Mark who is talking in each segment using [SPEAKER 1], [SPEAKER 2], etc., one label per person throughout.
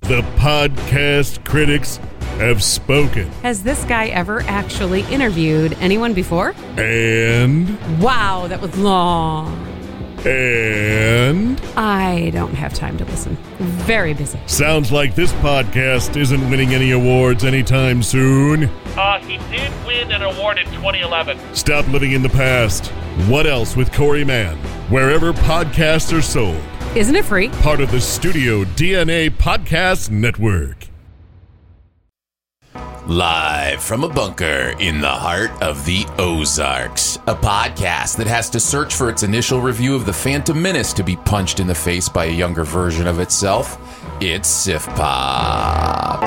[SPEAKER 1] The podcast critics have spoken.
[SPEAKER 2] Has this guy ever actually interviewed anyone before?
[SPEAKER 1] And,
[SPEAKER 2] Wow, that was long.
[SPEAKER 1] and,
[SPEAKER 2] I don't have time to listen. Very busy.
[SPEAKER 1] sounds like this podcast isn't winning any awards anytime soon.
[SPEAKER 3] Uh, he did win an award in 2011.
[SPEAKER 1] Stop living in the past. What else with Corey Mann? Wherever podcasts are sold,
[SPEAKER 2] Isn't it free?
[SPEAKER 1] part of the Studio DNA Podcast Network.
[SPEAKER 4] Live from a bunker in the heart of the Ozarks, a podcast that has to search for its initial review of The Phantom Menace to be punched in the face by a younger version of itself. It's Sif Pop.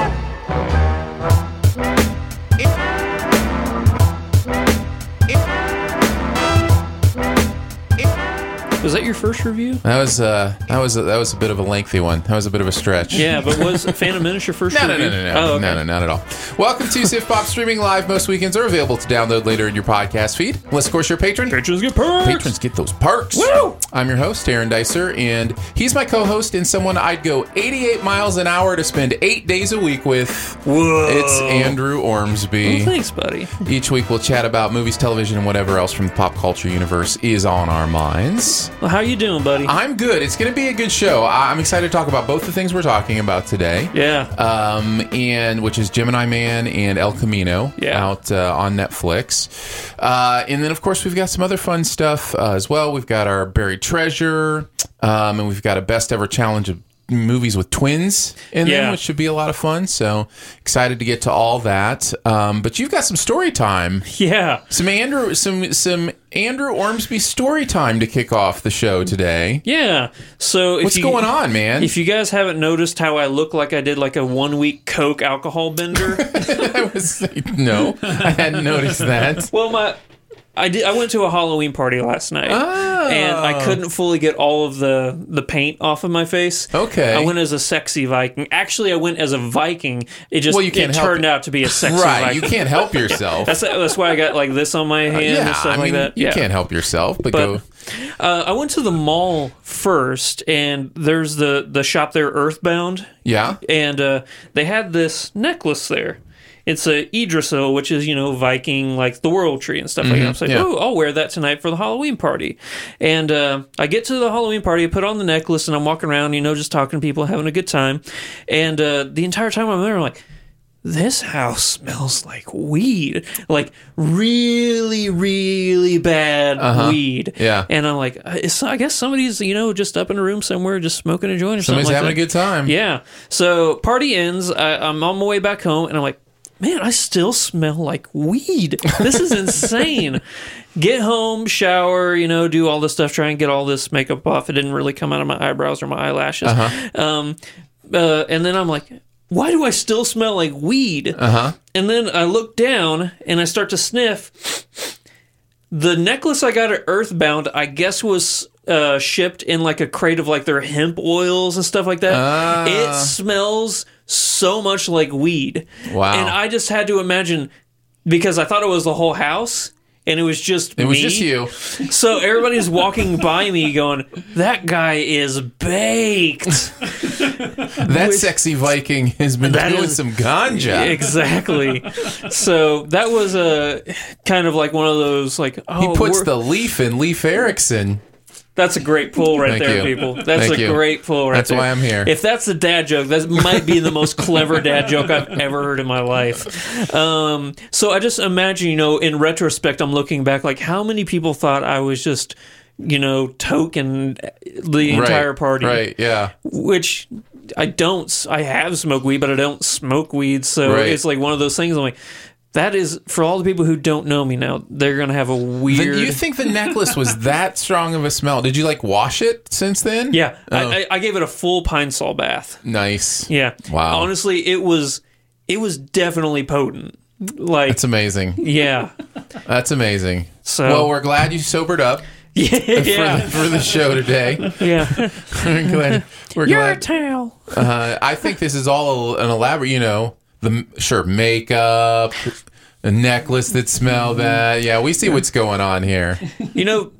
[SPEAKER 5] Was that your first review?
[SPEAKER 4] That was uh, that was a, that was a bit of a lengthy one. That was a bit of a stretch.
[SPEAKER 5] Yeah, but was Phantom Menace your first
[SPEAKER 4] No, no,
[SPEAKER 5] review?
[SPEAKER 4] no, no, no,
[SPEAKER 5] Oh, okay.
[SPEAKER 4] no, no, not at all. Welcome to Sif Pop streaming live most weekends are available to download later in your podcast feed. Unless, of course, you're a patron.
[SPEAKER 5] Patrons get perks.
[SPEAKER 4] Patrons get those perks.
[SPEAKER 5] Woo!
[SPEAKER 4] I'm your host, Aaron Dicer, and he's my co host and someone I'd go 88 miles an hour to spend eight days a week with.
[SPEAKER 5] Whoa.
[SPEAKER 4] It's Andrew
[SPEAKER 5] Well,
[SPEAKER 4] Ormsby.
[SPEAKER 5] thanks, buddy.
[SPEAKER 4] Each week we'll chat about movies, television, and whatever else from the pop culture universe is on our minds.
[SPEAKER 5] Well, how you doing, buddy?
[SPEAKER 4] I'm good. It's going to be a good show. I- I'm excited to talk about both the things we're talking about today.
[SPEAKER 5] yeah.
[SPEAKER 4] Um, and which is Gemini Man and El Camino
[SPEAKER 5] Yeah.
[SPEAKER 4] out uh, on Netflix. Uh, and then, of course, we've got some other fun stuff uh, as well. We've got our buried treasure, um, and we've got a best ever challenge of movies with twins in
[SPEAKER 5] Yeah.
[SPEAKER 4] them, which should be a lot of fun. So excited to get to all that. Um, but you've got some story time,
[SPEAKER 5] yeah.
[SPEAKER 4] some Andrew, some some Andrew Ormsby story time to kick off the show today.
[SPEAKER 5] Yeah. So if
[SPEAKER 4] What's
[SPEAKER 5] you-
[SPEAKER 4] going on, man?
[SPEAKER 5] If you guys haven't noticed how I look like I did like a one week Coke alcohol bender,
[SPEAKER 4] I was like, no, I hadn't noticed that.
[SPEAKER 5] well, my. I, did, I went to a Halloween party last night,
[SPEAKER 4] Oh.
[SPEAKER 5] and uh, I couldn't fully get all of the, the paint off of my face.
[SPEAKER 4] Okay.
[SPEAKER 5] I went as a sexy Viking. Actually, I went as a Viking. It just
[SPEAKER 4] Well, you can't
[SPEAKER 5] it
[SPEAKER 4] help
[SPEAKER 5] turned
[SPEAKER 4] it.
[SPEAKER 5] out to be a sexy
[SPEAKER 4] right
[SPEAKER 5] Viking.
[SPEAKER 4] you can't help yourself
[SPEAKER 5] That's that's why I got like this on my hand
[SPEAKER 4] Uh, yeah
[SPEAKER 5] and stuff
[SPEAKER 4] i mean
[SPEAKER 5] like that.
[SPEAKER 4] you
[SPEAKER 5] yeah.
[SPEAKER 4] can't help yourself but,
[SPEAKER 5] But
[SPEAKER 4] go
[SPEAKER 5] uh, I went to the mall first, and there's the the shop there, Earthbound,
[SPEAKER 4] yeah
[SPEAKER 5] and uh, they had this necklace there. It's a Idrisil, which is you know Viking, like the World Tree and stuff like that. I was like,
[SPEAKER 4] Mm-hmm. yeah.
[SPEAKER 5] oh, I'll wear that tonight for the Halloween party. And uh, I get to the Halloween party, I put on the necklace, and I'm walking around, you know, just talking to people, having a good time. And uh, the entire time I'm there, I'm like, this house smells like weed, like really, really bad weed.
[SPEAKER 4] Uh-huh. Yeah.
[SPEAKER 5] and I'm like, I it's- I guess somebody's you know just up in a room somewhere, just smoking a joint or
[SPEAKER 4] somebody's
[SPEAKER 5] something. like
[SPEAKER 4] having a
[SPEAKER 5] that.
[SPEAKER 4] good time
[SPEAKER 5] Yeah. So party ends. I, I'm on my way back home, and I'm like, man, I still smell like weed. This is insane. get home, shower, you know, do all this stuff, try and get all this makeup off. It didn't really come out of my eyebrows or my eyelashes. Um, uh, and then I'm like. Why do I still smell like weed? Uh-huh. And then I look down and I start to sniff, the necklace I got at Earthbound, I guess, was uh, shipped in like a crate of like their hemp oils and stuff like that.
[SPEAKER 4] Ah.
[SPEAKER 5] It smells so much like weed.
[SPEAKER 4] Wow.
[SPEAKER 5] And I just had to imagine because I thought it was the whole house. And it was just
[SPEAKER 4] it was
[SPEAKER 5] me.
[SPEAKER 4] just you
[SPEAKER 5] So everybody's walking by me, going, "That guy is baked."
[SPEAKER 4] that sexy viking has been
[SPEAKER 5] That
[SPEAKER 4] doing
[SPEAKER 5] is-
[SPEAKER 4] some ganja
[SPEAKER 5] exactly. So that was a kind of like one of those like oh,
[SPEAKER 4] he puts
[SPEAKER 5] we're-
[SPEAKER 4] the leaf in leaf erickson
[SPEAKER 5] That's a great pull right
[SPEAKER 4] Thank
[SPEAKER 5] there,
[SPEAKER 4] you.
[SPEAKER 5] people. That's
[SPEAKER 4] Thank
[SPEAKER 5] a
[SPEAKER 4] you.
[SPEAKER 5] great pull right
[SPEAKER 4] That's
[SPEAKER 5] there.
[SPEAKER 4] why I'm here.
[SPEAKER 5] If that's the dad joke, that might be the most clever dad joke I've ever heard in my life. Um, so I just imagine, you know, in retrospect, I'm looking back, like how many people thought I was just, you know, token the entire
[SPEAKER 4] right,
[SPEAKER 5] party,
[SPEAKER 4] Right, yeah.
[SPEAKER 5] which I don't. s- I have smoked weed, but I don't smoke weed. So
[SPEAKER 4] Right.
[SPEAKER 5] it's like one of those things. I'm like, that is for all the people who don't know me now. They're gonna have a
[SPEAKER 4] The-
[SPEAKER 5] weird.
[SPEAKER 4] you think the necklace was that strong of a smell? Did you like wash it since then?
[SPEAKER 5] yeah,
[SPEAKER 4] Oh,
[SPEAKER 5] I, I, I gave it a full pine sol bath.
[SPEAKER 4] nice.
[SPEAKER 5] Yeah.
[SPEAKER 4] Wow.
[SPEAKER 5] Honestly, it was it was definitely potent. Like
[SPEAKER 4] That's amazing.
[SPEAKER 5] yeah.
[SPEAKER 4] That's amazing.
[SPEAKER 5] So-
[SPEAKER 4] well, we're glad you sobered up for,
[SPEAKER 5] yeah.
[SPEAKER 4] the, for the show today.
[SPEAKER 5] yeah.
[SPEAKER 4] we're glad. We're
[SPEAKER 5] You're a
[SPEAKER 4] glad.
[SPEAKER 5] towel.
[SPEAKER 4] Uh, I think this is all an elaborate. You know, the sure makeup, a necklace that smell bad. Yeah, we see what's going on here.
[SPEAKER 5] You know,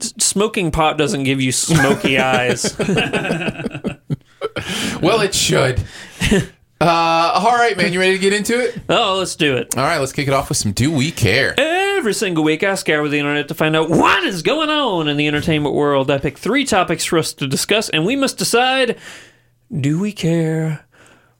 [SPEAKER 5] s- smoking pot doesn't give you smoky eyes.
[SPEAKER 4] Well, it should. Uh, all right, man. You ready to get into it?
[SPEAKER 5] Oh, let's do it.
[SPEAKER 4] All right, let's kick it off with some. Do we care?
[SPEAKER 5] Every single week, I scour the internet to find out what is going on in the entertainment world. I pick three topics for us to discuss, and we must decide do we care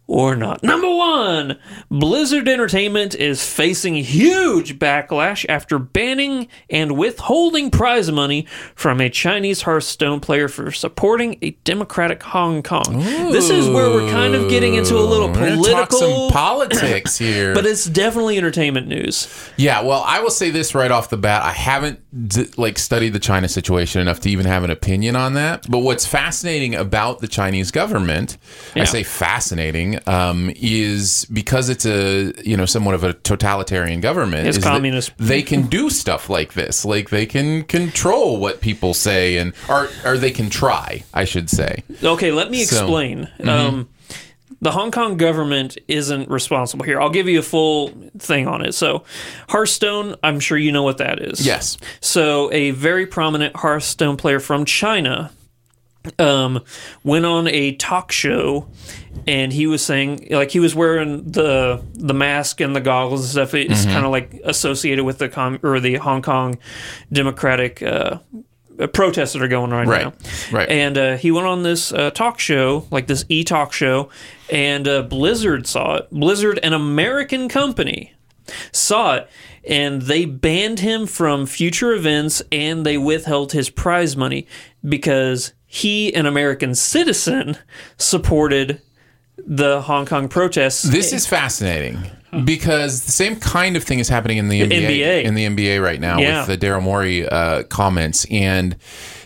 [SPEAKER 5] or not? Number one Blizzard Entertainment is facing huge backlash after banning and withholding prize money from a Chinese Hearthstone player for supporting a democratic Hong Kong. This is where we're kind of getting into a little
[SPEAKER 4] We're gonna talk
[SPEAKER 5] political.
[SPEAKER 4] some politics here.
[SPEAKER 5] but it's definitely entertainment news.
[SPEAKER 4] Yeah, well, I will say this right off the bat. I haven't d- like studied the China situation enough to even have an opinion on that. But what's fascinating about the Chinese government, I
[SPEAKER 5] Yeah.
[SPEAKER 4] say fascinating, um, is because it's a you know somewhat of a totalitarian government.
[SPEAKER 5] It's
[SPEAKER 4] is that
[SPEAKER 5] communist.
[SPEAKER 4] They can do stuff like this. Like they can control what people say, and or or they can try. I should say.
[SPEAKER 5] Okay, let me
[SPEAKER 4] So- mm-hmm.
[SPEAKER 5] explain. Um, the Hong Kong government isn't responsible here. I'll give you a full thing on it. So, Hearthstone, I'm sure you know what that is.
[SPEAKER 4] Yes.
[SPEAKER 5] So, a very prominent Hearthstone player from China um, went on a talk show, and he was saying, like, he was wearing the the mask and the goggles and stuff. It's
[SPEAKER 4] Mm-hmm.
[SPEAKER 5] kind of like associated with the com- or the Hong Kong Democratic uh, protests that are going on
[SPEAKER 4] Right.
[SPEAKER 5] now.
[SPEAKER 4] Right.
[SPEAKER 5] And uh, he went on this uh, talk show, like this e talk show, and uh, Blizzard saw it. Blizzard, an American company, saw it, and they banned him from future events and they withheld his prize money because he, an American citizen, supported the Hong Kong protests.
[SPEAKER 4] This is fascinating because the same kind of thing is happening in the NBA,
[SPEAKER 5] NBA.
[SPEAKER 4] in the NBA right now
[SPEAKER 5] Yeah.
[SPEAKER 4] with the Daryl Morey uh, comments, and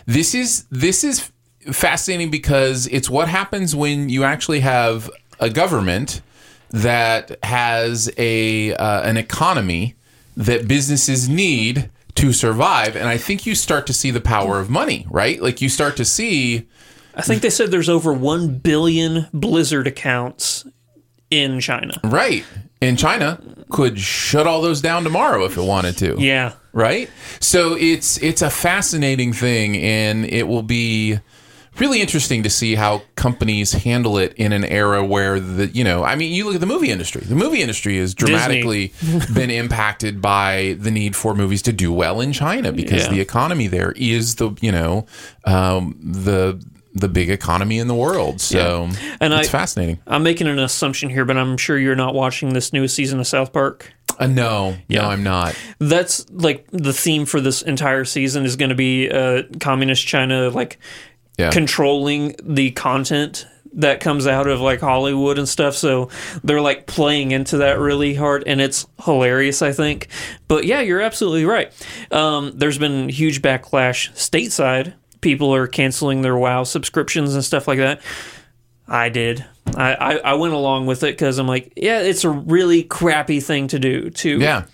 [SPEAKER 4] this is this is fascinating because it's what happens when you actually have a government that has a uh, an economy that businesses need to survive, and I think you start to see the power of money, right? Like you start to see.
[SPEAKER 5] I think they said there's over 1 billion Blizzard accounts in China.
[SPEAKER 4] Right. And China could shut all those down tomorrow if it wanted to.
[SPEAKER 5] Yeah.
[SPEAKER 4] Right? So it's it's a fascinating thing and it will be really interesting to see how companies handle it in an era where the you know, I mean, you look at the movie industry. The movie industry has dramatically been impacted by the need for movies to do well in China because
[SPEAKER 5] Yeah.
[SPEAKER 4] the economy there is the, you know, um, the the big economy in the world. So
[SPEAKER 5] And
[SPEAKER 4] it's
[SPEAKER 5] I-
[SPEAKER 4] fascinating.
[SPEAKER 5] I'm making an assumption here, but I'm sure you're not watching this new season of South Park.
[SPEAKER 4] Uh, no, no, I'm not.
[SPEAKER 5] That's like the theme for this entire season is going to be uh, communist China, like
[SPEAKER 4] Yeah.
[SPEAKER 5] controlling the content that comes out of like Hollywood and stuff. So they're like playing into that really hard, and it's hilarious, I think. But yeah, you're absolutely right. Um, there's been huge backlash stateside. People are canceling their WoW subscriptions and stuff like that. I did. I, I, I went along with it because I'm like, yeah, it's a really crappy thing to do, too.
[SPEAKER 4] yeah.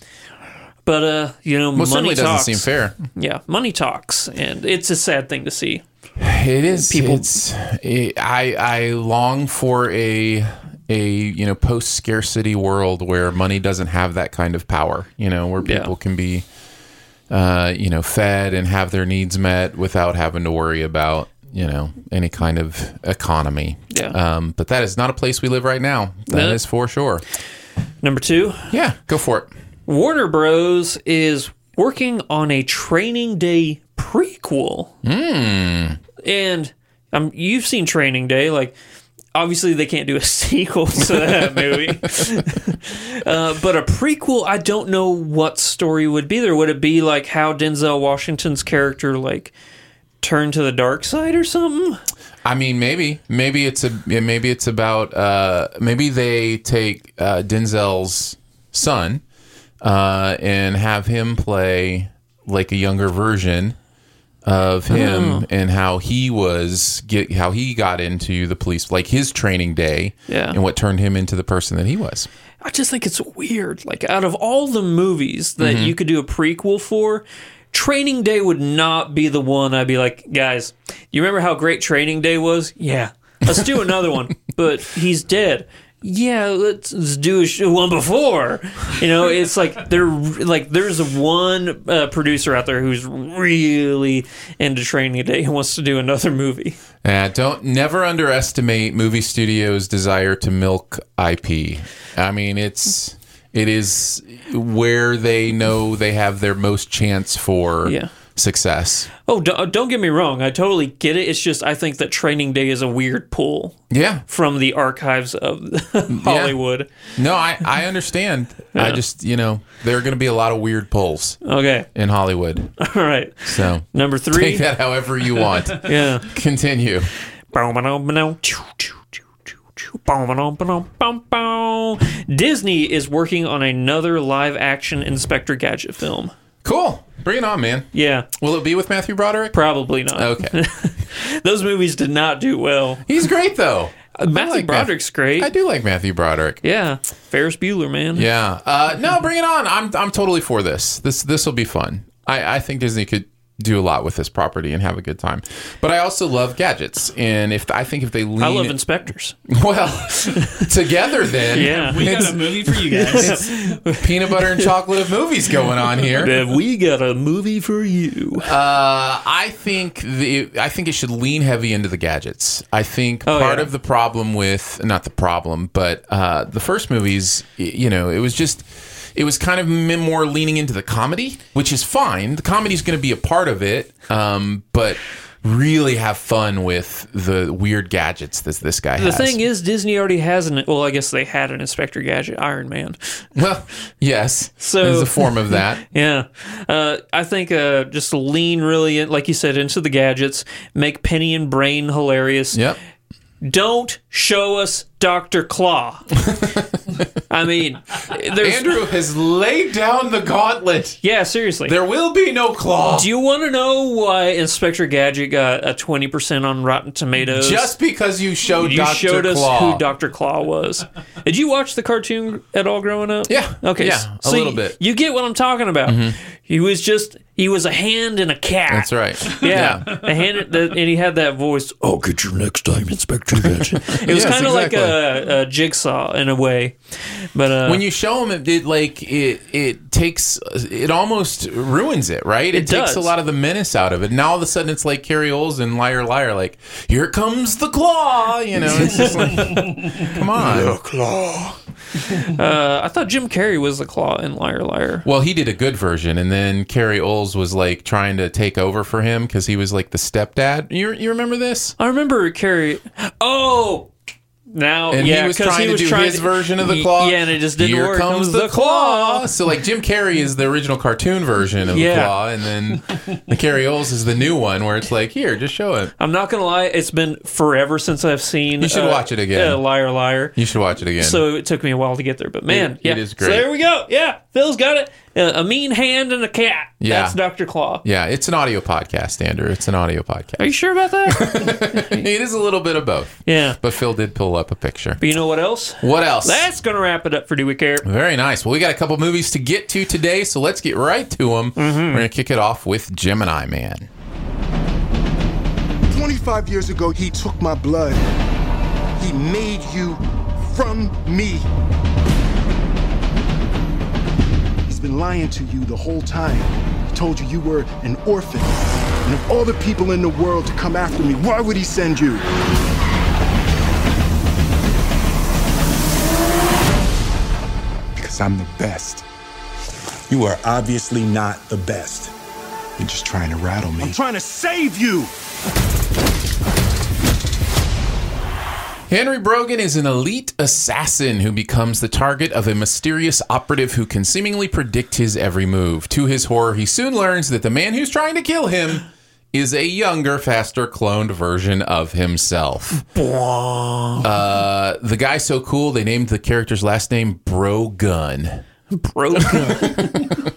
[SPEAKER 5] But, uh, you know,
[SPEAKER 4] Well,
[SPEAKER 5] money
[SPEAKER 4] certainly doesn't
[SPEAKER 5] talks.
[SPEAKER 4] seem fair.
[SPEAKER 5] Yeah, money talks. And it's a sad thing to see.
[SPEAKER 4] It is. It's, it, I I long for a a you know post scarcity world where money doesn't have that kind of power. You know where
[SPEAKER 5] Yeah.
[SPEAKER 4] people can be, uh, you know, fed and have their needs met without having to worry about you know any kind of economy.
[SPEAKER 5] Yeah.
[SPEAKER 4] Um, but that is not a place we live right now. That
[SPEAKER 5] No.
[SPEAKER 4] is for sure.
[SPEAKER 5] Number two,
[SPEAKER 4] Yeah. Go for it.
[SPEAKER 5] Warner Bros. is working on a training day prequel. sequel.
[SPEAKER 4] Hmm.
[SPEAKER 5] And um, you've seen Training Day. Like, obviously, they can't do a sequel to that movie. uh, but a prequel, I don't know what story would be there. Would it be like how Denzel Washington's character, like, turned to the dark side or something?
[SPEAKER 4] I mean, maybe, maybe it's a, yeah, maybe it's about, uh, maybe they take uh, Denzel's son uh, and have him play like a younger version of him and how he was get how he got into the police, like his training day,
[SPEAKER 5] Yeah.
[SPEAKER 4] and what turned him into the person that he was.
[SPEAKER 5] I just think it's weird. Like out of all the movies that you could do a prequel for, Training Day would not be the one I'd be like, guys, you remember how great Training Day was? Yeah. Let's do another one. But he's dead. Yeah, let's, let's do a sh- one before. You know, it's like they're like there's one uh, producer out there who's really into Training Day and wants to do another movie.
[SPEAKER 4] Yeah, Uh, don't never underestimate movie studios' desire to milk IP. I mean, it's it is where they know they have their most chance for
[SPEAKER 5] Yeah.
[SPEAKER 4] success.
[SPEAKER 5] Oh, do don't get me wrong. I totally get it. It's just I think that Training Day is a weird pull.
[SPEAKER 4] Yeah,
[SPEAKER 5] from the archives of Hollywood.
[SPEAKER 4] no, I I understand. I just you know there are going to be a lot of weird pulls
[SPEAKER 5] Okay.
[SPEAKER 4] in Hollywood,
[SPEAKER 5] All right.
[SPEAKER 4] so
[SPEAKER 5] Number
[SPEAKER 4] take
[SPEAKER 5] three.
[SPEAKER 4] that however you want.
[SPEAKER 5] Yeah.
[SPEAKER 4] Continue.
[SPEAKER 5] Disney is working on another live action Inspector Gadget film.
[SPEAKER 4] Cool. Bring it on, man.
[SPEAKER 5] Yeah,
[SPEAKER 4] Will it be with Matthew Broderick?
[SPEAKER 5] probably not.
[SPEAKER 4] Okay,
[SPEAKER 5] Those movies did not do well.
[SPEAKER 4] he's great though. I
[SPEAKER 5] Uh, Matthew
[SPEAKER 4] like Matthew-
[SPEAKER 5] Broderick's great.
[SPEAKER 4] I do like Matthew Broderick.
[SPEAKER 5] Yeah. Ferris Bueller, man.
[SPEAKER 4] Yeah. Uh, no, bring it on. I'm I'm totally for this. This this will be fun. I, I think Disney could do a lot with this property and have a good time. But I also love gadgets, and if I think if they lean
[SPEAKER 5] I love inspectors.
[SPEAKER 4] well together, then
[SPEAKER 5] Yeah.
[SPEAKER 6] We got a movie for you guys.
[SPEAKER 4] peanut butter and chocolate of movies going on here.
[SPEAKER 5] we got a movie for you.
[SPEAKER 4] Uh, I think the I think it should lean heavy into the gadgets. I think part
[SPEAKER 5] Oh, yeah.
[SPEAKER 4] of the problem with not the problem, but uh, the first movies, y- you know, it was just it was kind of m- more leaning into the comedy, which is fine. The comedy's going to be a part of it, um, but really have fun with the weird gadgets that this guy
[SPEAKER 5] The
[SPEAKER 4] has.
[SPEAKER 5] thing is, Disney already has an. Well, I guess they had an Inspector Gadget, Iron Man.
[SPEAKER 4] well, yes,
[SPEAKER 5] So-
[SPEAKER 4] there's a form of that.
[SPEAKER 5] Yeah, uh, I think uh, just lean really, in, like you said, into the gadgets. Make Penny and Brain hilarious.
[SPEAKER 4] Yep.
[SPEAKER 5] Don't show us Doctor Claw. I mean, there's
[SPEAKER 4] Andrew has laid down the gauntlet.
[SPEAKER 5] yeah, seriously.
[SPEAKER 4] There will be no claw.
[SPEAKER 5] Do you want to know why Inspector Gadget got a twenty percent on Rotten Tomatoes?
[SPEAKER 4] Just because you showed
[SPEAKER 5] you
[SPEAKER 4] Dr.
[SPEAKER 5] showed us
[SPEAKER 4] Claw.
[SPEAKER 5] who Doctor Claw was. Did you watch the cartoon at all growing up?
[SPEAKER 4] Yeah.
[SPEAKER 5] Okay.
[SPEAKER 4] Yeah,
[SPEAKER 5] s-
[SPEAKER 4] a
[SPEAKER 5] so
[SPEAKER 4] little
[SPEAKER 5] y-
[SPEAKER 4] bit. Mm-hmm.
[SPEAKER 5] You get what I'm talking about. He was just he was a hand and a cat.
[SPEAKER 4] That's right.
[SPEAKER 5] Yeah, a hand that, and he had that voice. Oh, get your next time, Inspector Gadget. it was
[SPEAKER 4] Yes,
[SPEAKER 5] kind of
[SPEAKER 4] exactly.
[SPEAKER 5] like a, a jigsaw in a way, but uh,
[SPEAKER 4] When you show them, it, it like it it takes it almost ruins it, right? It,
[SPEAKER 5] It does.
[SPEAKER 4] takes a lot of the menace out of it. Now all of a sudden, it's like Carrie Olsen, liar, liar, like here comes the claw. You know, it's just like, come on.
[SPEAKER 5] uh, I thought Jim Carrey was the Claw in Liar Liar.
[SPEAKER 4] Well, he did a good version, and then Carrie Oles was like trying to take over for him because he was like the stepdad. You you remember this?
[SPEAKER 5] I remember Carrie. Oh. Now,
[SPEAKER 4] And
[SPEAKER 5] yeah,
[SPEAKER 4] he was
[SPEAKER 5] 'cause
[SPEAKER 4] trying to do his version of the
[SPEAKER 5] Y-
[SPEAKER 4] claw.
[SPEAKER 5] Yeah, and it just didn't
[SPEAKER 4] Here
[SPEAKER 5] work.
[SPEAKER 4] comes
[SPEAKER 5] It was
[SPEAKER 4] the claw. So like Jim Carrey is the original cartoon version of the
[SPEAKER 5] Yeah.
[SPEAKER 4] claw, and then the Carrie Oles is the new one where it's like here, just show it.
[SPEAKER 5] I'm not gonna lie; it's been forever since I've seen.
[SPEAKER 4] You should watch it again.
[SPEAKER 5] Yeah, liar, liar.
[SPEAKER 4] You should watch it again.
[SPEAKER 5] So it took me a while to get there, but man,
[SPEAKER 4] It-
[SPEAKER 5] yeah.
[SPEAKER 4] it is
[SPEAKER 5] So
[SPEAKER 4] great.
[SPEAKER 5] there we go. Yeah, Phil's got it. Uh, a mean hand and a cat.
[SPEAKER 4] Yeah.
[SPEAKER 5] that's Doctor Claw.
[SPEAKER 4] yeah, it's an audio podcast, Andrew. It's an audio
[SPEAKER 5] Are
[SPEAKER 4] podcast.
[SPEAKER 5] you sure about that?
[SPEAKER 4] It is a little bit of both,
[SPEAKER 5] yeah.
[SPEAKER 4] but Phil did pull up a picture.
[SPEAKER 5] But you know what else?
[SPEAKER 4] What else?
[SPEAKER 5] That's gonna wrap it up for Do We Care?
[SPEAKER 4] Very nice. Well, we got a couple movies to get to today, so let's get right to them.
[SPEAKER 5] Mm-hmm.
[SPEAKER 4] We're gonna kick it off with Gemini Man.
[SPEAKER 7] 25 years ago, he took my blood. He made you from me. He's been lying to you the whole time. He told you you were an orphan. And of all the people in the world to come after me, why would he send you? Because I'm the best.
[SPEAKER 8] You are obviously not the best.
[SPEAKER 7] You're just trying to rattle me.
[SPEAKER 8] I'm trying to save you.
[SPEAKER 4] Henry Brogan is an elite assassin who becomes the target of a mysterious operative who can seemingly predict his every move. To his horror, he soon learns that the man who's trying to kill him is a younger, faster cloned version of himself. Uh, the guy's so cool, they named the character's last name Brogun.
[SPEAKER 5] Broken.
[SPEAKER 4] bro?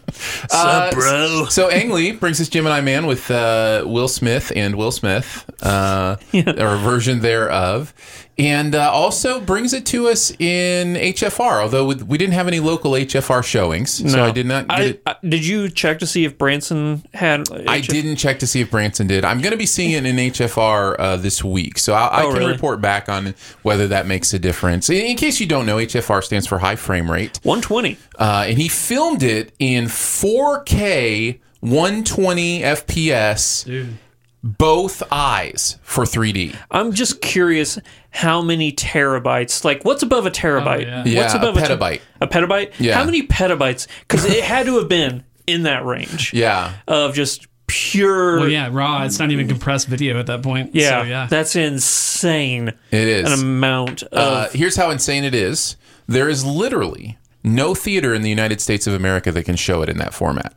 [SPEAKER 4] Uh, So Ang Lee brings us Gemini Man with uh, Will Smith and Will Smith, uh, or a version thereof, and uh, also brings it to us in HFR. Although we- we didn't have any local HFR showings, so I did not. Get
[SPEAKER 5] I,
[SPEAKER 4] it.
[SPEAKER 5] I, did you check to see if Branson had?
[SPEAKER 4] I didn't check to see if Branson did. I'm going to be seeing it in HFR uh, this week, so I, I
[SPEAKER 5] Oh,
[SPEAKER 4] can
[SPEAKER 5] really?
[SPEAKER 4] report back on whether that makes a difference. In, in case you don't know, HFR stands for high frame rate.
[SPEAKER 5] 120.
[SPEAKER 4] uh, and he filmed it in 4K 120 FPS, both eyes for 3D.
[SPEAKER 5] I'm just curious how many terabytes. Like, what's above a terabyte?
[SPEAKER 6] Oh, yeah.
[SPEAKER 4] Yeah,
[SPEAKER 5] what's
[SPEAKER 4] a
[SPEAKER 5] above ter-
[SPEAKER 4] petabyte.
[SPEAKER 5] A, petabyte.
[SPEAKER 4] Yeah.
[SPEAKER 5] How many petabytes? Because it had to have been in that range.
[SPEAKER 4] Yeah,
[SPEAKER 5] Of just pure.
[SPEAKER 6] Well, yeah, raw. It's not even compressed video at that point.
[SPEAKER 5] Yeah,
[SPEAKER 6] so, yeah.
[SPEAKER 5] that's insane.
[SPEAKER 4] it is.
[SPEAKER 5] An amount
[SPEAKER 4] Uh,
[SPEAKER 5] of
[SPEAKER 4] here's how insane it is. There is literally no theater in the United States of America that can show it in that format.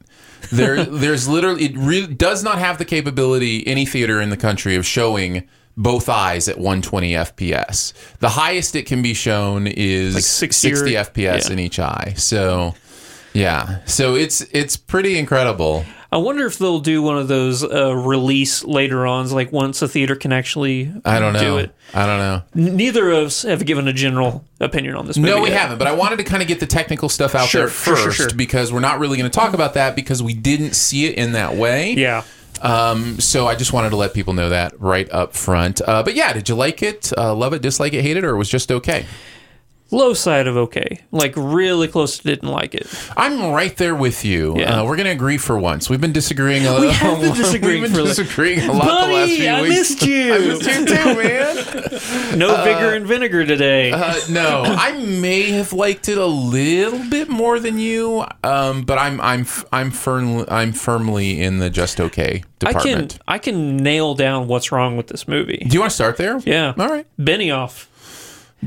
[SPEAKER 4] There, there's literally it really does not have the capability any theater in the country of showing both eyes at 120 FPS. The highest it can be shown is
[SPEAKER 5] 60 or-
[SPEAKER 4] 60 FPS
[SPEAKER 5] yeah.
[SPEAKER 4] in each eye. So, yeah, so it's it's pretty incredible.
[SPEAKER 5] I wonder if they'll do one of those uh, release later on, like once a theater can actually
[SPEAKER 4] I don't know.
[SPEAKER 5] do it.
[SPEAKER 4] I don't know.
[SPEAKER 5] Neither of us have given a general opinion on this movie.
[SPEAKER 4] No, we
[SPEAKER 5] yet.
[SPEAKER 4] haven't. But I wanted to kind of get the technical stuff out
[SPEAKER 5] Sure,
[SPEAKER 4] there
[SPEAKER 5] sure,
[SPEAKER 4] first
[SPEAKER 5] sure, sure.
[SPEAKER 4] because we're not really going to talk about that because we didn't see it in that way.
[SPEAKER 5] Yeah.
[SPEAKER 4] Um, so I just wanted to let people know that right up front. Uh, but yeah, did you like it? Uh, love it? Dislike it? Hate it? Or it was just okay?
[SPEAKER 5] Low side of okay. Like really close to didn't like it.
[SPEAKER 4] I'm right there with you.
[SPEAKER 5] Yeah.
[SPEAKER 4] Uh, we're going to agree for once. We've been disagreeing a lot.
[SPEAKER 5] We have been disagreeing
[SPEAKER 4] We've been
[SPEAKER 5] for like-
[SPEAKER 4] disagreeing a lot the last
[SPEAKER 5] Buddy,
[SPEAKER 4] few
[SPEAKER 5] I
[SPEAKER 4] weeks.
[SPEAKER 5] missed you.
[SPEAKER 4] I missed you too, man.
[SPEAKER 5] No vinegar and vinegar today.
[SPEAKER 4] Uh, no, I may have liked it a little bit more than you, um, but I'm I'm f- I'm firm I'm firmly in the just okay
[SPEAKER 5] I can
[SPEAKER 4] department.
[SPEAKER 5] I can nail down what's wrong with this movie.
[SPEAKER 4] Do you want to start there?
[SPEAKER 5] Yeah.
[SPEAKER 4] All right.
[SPEAKER 5] Benioff.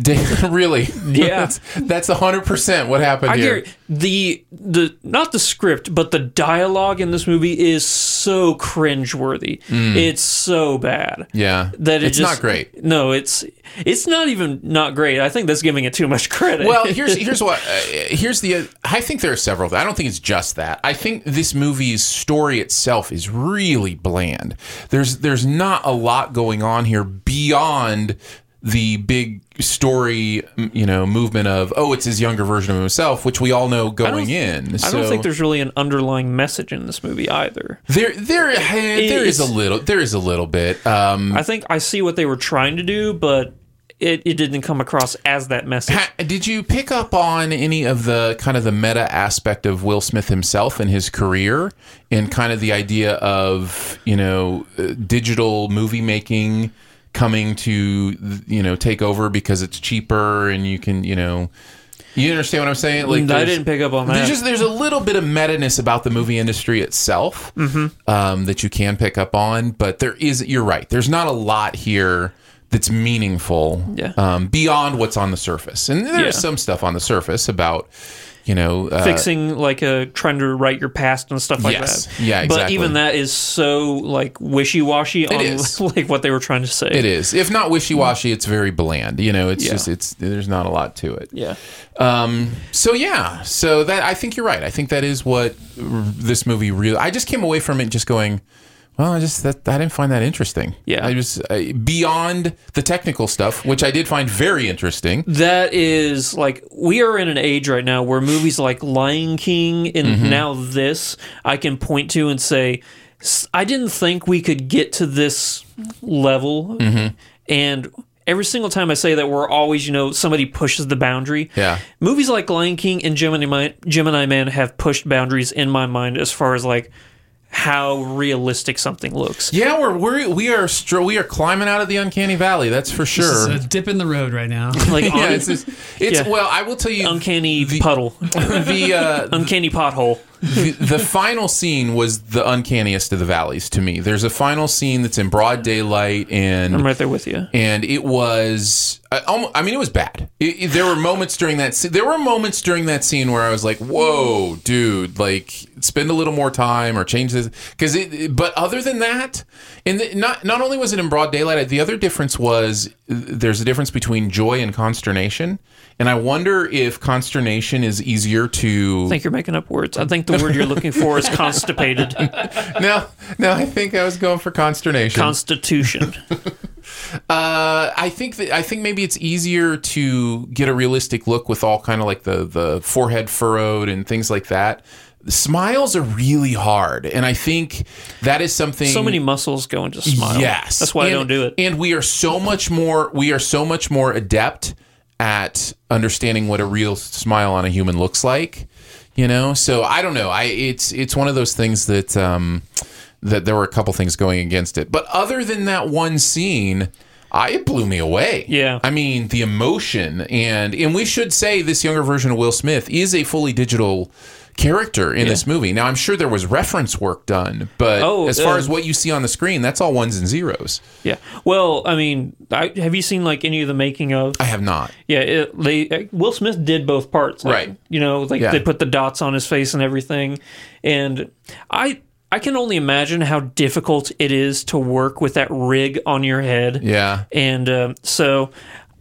[SPEAKER 4] Damn, really?
[SPEAKER 5] Yeah.
[SPEAKER 4] that's that's hundred percent what happened
[SPEAKER 5] I
[SPEAKER 4] here.
[SPEAKER 5] hear the the not the script, but the dialogue in this movie is so cringeworthy. It's so bad.
[SPEAKER 4] Mm. Yeah.
[SPEAKER 5] That it
[SPEAKER 4] It's not
[SPEAKER 5] just-
[SPEAKER 4] great.
[SPEAKER 5] No, it's it's not even not great. I think that's giving it too much credit.
[SPEAKER 4] Well, here's here's what uh, here's the. Uh, I think there are several. I don't think it's just that. I think this movie's story itself is really bland. There's there's not a lot going on here beyond the big story, m- you know, movement of oh, it's his younger version of himself, which we all know going in.
[SPEAKER 5] I
[SPEAKER 4] So
[SPEAKER 5] don't think there's really an underlying message in this movie either.
[SPEAKER 4] there there eh, there is a
[SPEAKER 5] It's-
[SPEAKER 4] little there is a little bit. Um,
[SPEAKER 5] I think I see what they were trying to do, but it, it didn't come across as that message.
[SPEAKER 4] Ha- Did you pick up on any of the kind of the meta aspect of Will Smith himself and his career, and kind of the idea of you know uh, digital movie making coming to you know take over because it's cheaper and you can you know you understand what I'm saying? Like
[SPEAKER 5] Mm, I
[SPEAKER 4] there's-
[SPEAKER 5] didn't pick up on that.
[SPEAKER 4] There's just there's a little bit of meta-ness about the movie industry itself
[SPEAKER 5] Mm-hmm.
[SPEAKER 4] um, that you can pick up on, but there is you're right. There's not a lot here that's meaningful
[SPEAKER 5] Yeah.
[SPEAKER 4] um, beyond what's on the surface, and there's
[SPEAKER 5] Yeah.
[SPEAKER 4] some stuff on the surface about you know uh,
[SPEAKER 5] fixing like a trying to right your past and stuff like
[SPEAKER 4] Yes.
[SPEAKER 5] that.
[SPEAKER 4] Yeah,
[SPEAKER 5] But
[SPEAKER 4] exactly.
[SPEAKER 5] even that is so like wishy washy on
[SPEAKER 4] is.
[SPEAKER 5] like what they were trying to say.
[SPEAKER 4] It is, if not wishy-washy, it's very bland. You know, it's
[SPEAKER 5] Yeah.
[SPEAKER 4] just it's there's not a lot to it.
[SPEAKER 5] Yeah.
[SPEAKER 4] Um, so yeah, so that I think you're right. I think that is what r- this movie really. I just came away from it just going, well, I just that I didn't find that interesting.
[SPEAKER 5] Yeah.
[SPEAKER 4] I just I, beyond the technical stuff, which I did find very interesting.
[SPEAKER 5] That is like we are in an age right now where movies like Lion King and
[SPEAKER 4] Mm-hmm.
[SPEAKER 5] now this I can point to and say "S- I didn't think we could get to this level
[SPEAKER 4] Mm-hmm.
[SPEAKER 5] and every single time I say that we're always you know somebody pushes the boundary
[SPEAKER 4] Yeah.
[SPEAKER 5] movies like Lion King and Gemini Man, Gemini Man have pushed boundaries in my mind as far as like how realistic something looks.
[SPEAKER 4] Yeah, we're, we're we are str- we are climbing out of the uncanny valley. That's for sure.
[SPEAKER 6] This is a dip in the road right now.
[SPEAKER 5] Like
[SPEAKER 4] yeah,
[SPEAKER 5] un-
[SPEAKER 4] it's just, it's
[SPEAKER 5] Yeah.
[SPEAKER 4] well. I will tell you,
[SPEAKER 5] uncanny puddle,
[SPEAKER 4] the uh,
[SPEAKER 5] uncanny pothole.
[SPEAKER 4] the, the final scene was the uncanniest of the valleys to me. There's a final scene that's in broad daylight, and
[SPEAKER 5] I'm right there with you.
[SPEAKER 4] and it was I, almo- I mean it was bad it, it- there were moments during that sce- there were moments during that scene where i was like whoa dude like spend a little more time or change this because it, it- but other than that and the, not not only was it in broad daylight the other difference was uh, there's a difference between joy and consternation and i wonder if consternation is easier to
[SPEAKER 5] I think you're making up words. I think the word you're looking for is constipated.
[SPEAKER 4] no no i think i was going for consternation
[SPEAKER 5] Constitution.
[SPEAKER 4] Uh, I think that I think maybe it's easier to get a realistic look with all kind of like the the forehead furrowed and things like that. Smiles are really hard, and I think that is something.
[SPEAKER 5] So many muscles go into smile.
[SPEAKER 4] Yes,
[SPEAKER 5] That's why
[SPEAKER 4] and,
[SPEAKER 5] I don't do it.
[SPEAKER 4] And we are so much more we are so much more adept at understanding what a real smile on a human looks like. You know, so I don't know. I it's it's one of those things that um, that there were a couple things going against it, but other than that one scene. I, it blew me away.
[SPEAKER 5] Yeah.
[SPEAKER 4] I mean the emotion and and we should say this younger version of Will Smith is a fully digital character in this movie. Now I'm sure there was reference work done, but
[SPEAKER 5] Oh,
[SPEAKER 4] as far
[SPEAKER 5] uh,
[SPEAKER 4] as what you see on the screen, that's all ones and zeros.
[SPEAKER 5] yeah. Well, I mean, I, have you seen like any of the making of?
[SPEAKER 4] I have not.
[SPEAKER 5] Yeah, it, they uh, Will Smith did both parts, like,
[SPEAKER 4] Right.
[SPEAKER 5] You know, like
[SPEAKER 4] Yeah.
[SPEAKER 5] they put the dots on his face and everything, and I I can only imagine how difficult it is to work with that rig on your head.
[SPEAKER 4] Yeah.
[SPEAKER 5] and um so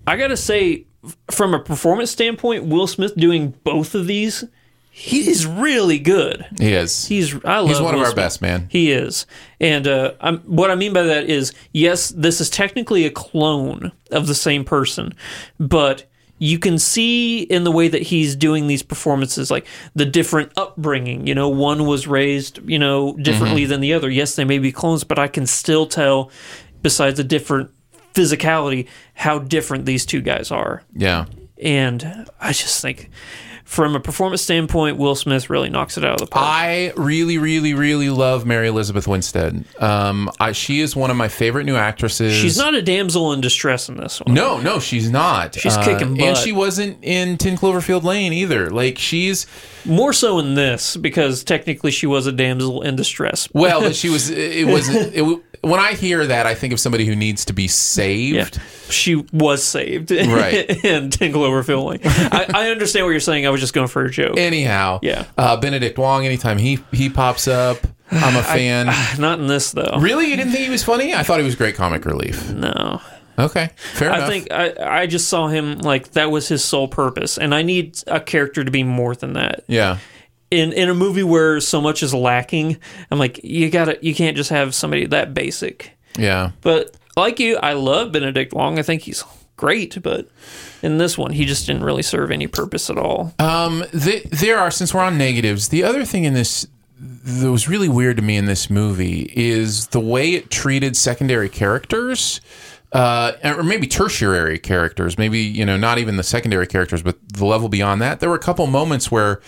[SPEAKER 5] I gotta say, f- from a performance standpoint, Will Smith doing both of these, he's really good.
[SPEAKER 4] He is.
[SPEAKER 5] He's I love
[SPEAKER 4] He's one of
[SPEAKER 5] Will
[SPEAKER 4] our
[SPEAKER 5] Smith.
[SPEAKER 4] best, man.
[SPEAKER 5] He is, and uh, I'm, what I mean by that is, yes, this is technically a clone of the same person, but you can see in the way that he's doing these performances, like the different upbringing. You know, one was raised, you know, differently
[SPEAKER 4] Mm-hmm.
[SPEAKER 5] than the other. Yes, they may be clones, but I can still tell, besides the different physicality, how different these two guys are.
[SPEAKER 4] yeah.
[SPEAKER 5] And I just think, from a performance standpoint, Will Smith really knocks it out of the park.
[SPEAKER 4] I really, really, really love Mary Elizabeth Winstead. Um, I, she is one of my favorite new actresses.
[SPEAKER 5] She's not a damsel in distress in this one.
[SPEAKER 4] No, no, she's not. Uh,
[SPEAKER 5] She's kicking
[SPEAKER 4] And
[SPEAKER 5] butt.
[SPEAKER 4] she wasn't in Ten Cloverfield Lane either. Like she's
[SPEAKER 5] More so in this because technically she was a damsel in distress.
[SPEAKER 4] well, but she was. It was. It, w- when I hear that, I think of somebody who needs to be
[SPEAKER 5] Yeah,
[SPEAKER 4] saved.
[SPEAKER 5] she was saved.
[SPEAKER 4] Right.
[SPEAKER 5] in Ten Cloverfield Lane. I, I understand what you're saying. I was just going for a joke.
[SPEAKER 4] Anyhow,
[SPEAKER 5] Yeah.
[SPEAKER 4] Uh, Benedict Wong. Anytime he he pops up, I'm a fan.
[SPEAKER 5] Not in this though.
[SPEAKER 4] really, you didn't think he was funny? I thought he was great comic relief.
[SPEAKER 5] No.
[SPEAKER 4] Okay, fair enough.
[SPEAKER 5] I think I, I just saw him like that was his sole purpose, and I need a character to be more than that.
[SPEAKER 4] yeah.
[SPEAKER 5] In in a movie where so much is lacking, I'm like you gotta you can't just have somebody that basic.
[SPEAKER 4] Yeah.
[SPEAKER 5] But like you, I love Benedict Wong. I think he's great, but in this one, he just didn't really serve any purpose at all.
[SPEAKER 4] Um, th there are since we're on negatives. The other thing in this that was really weird to me in this movie is the way it treated secondary characters, uh, or maybe tertiary characters. Maybe you know not even the secondary characters, but the level beyond that. There were a couple moments where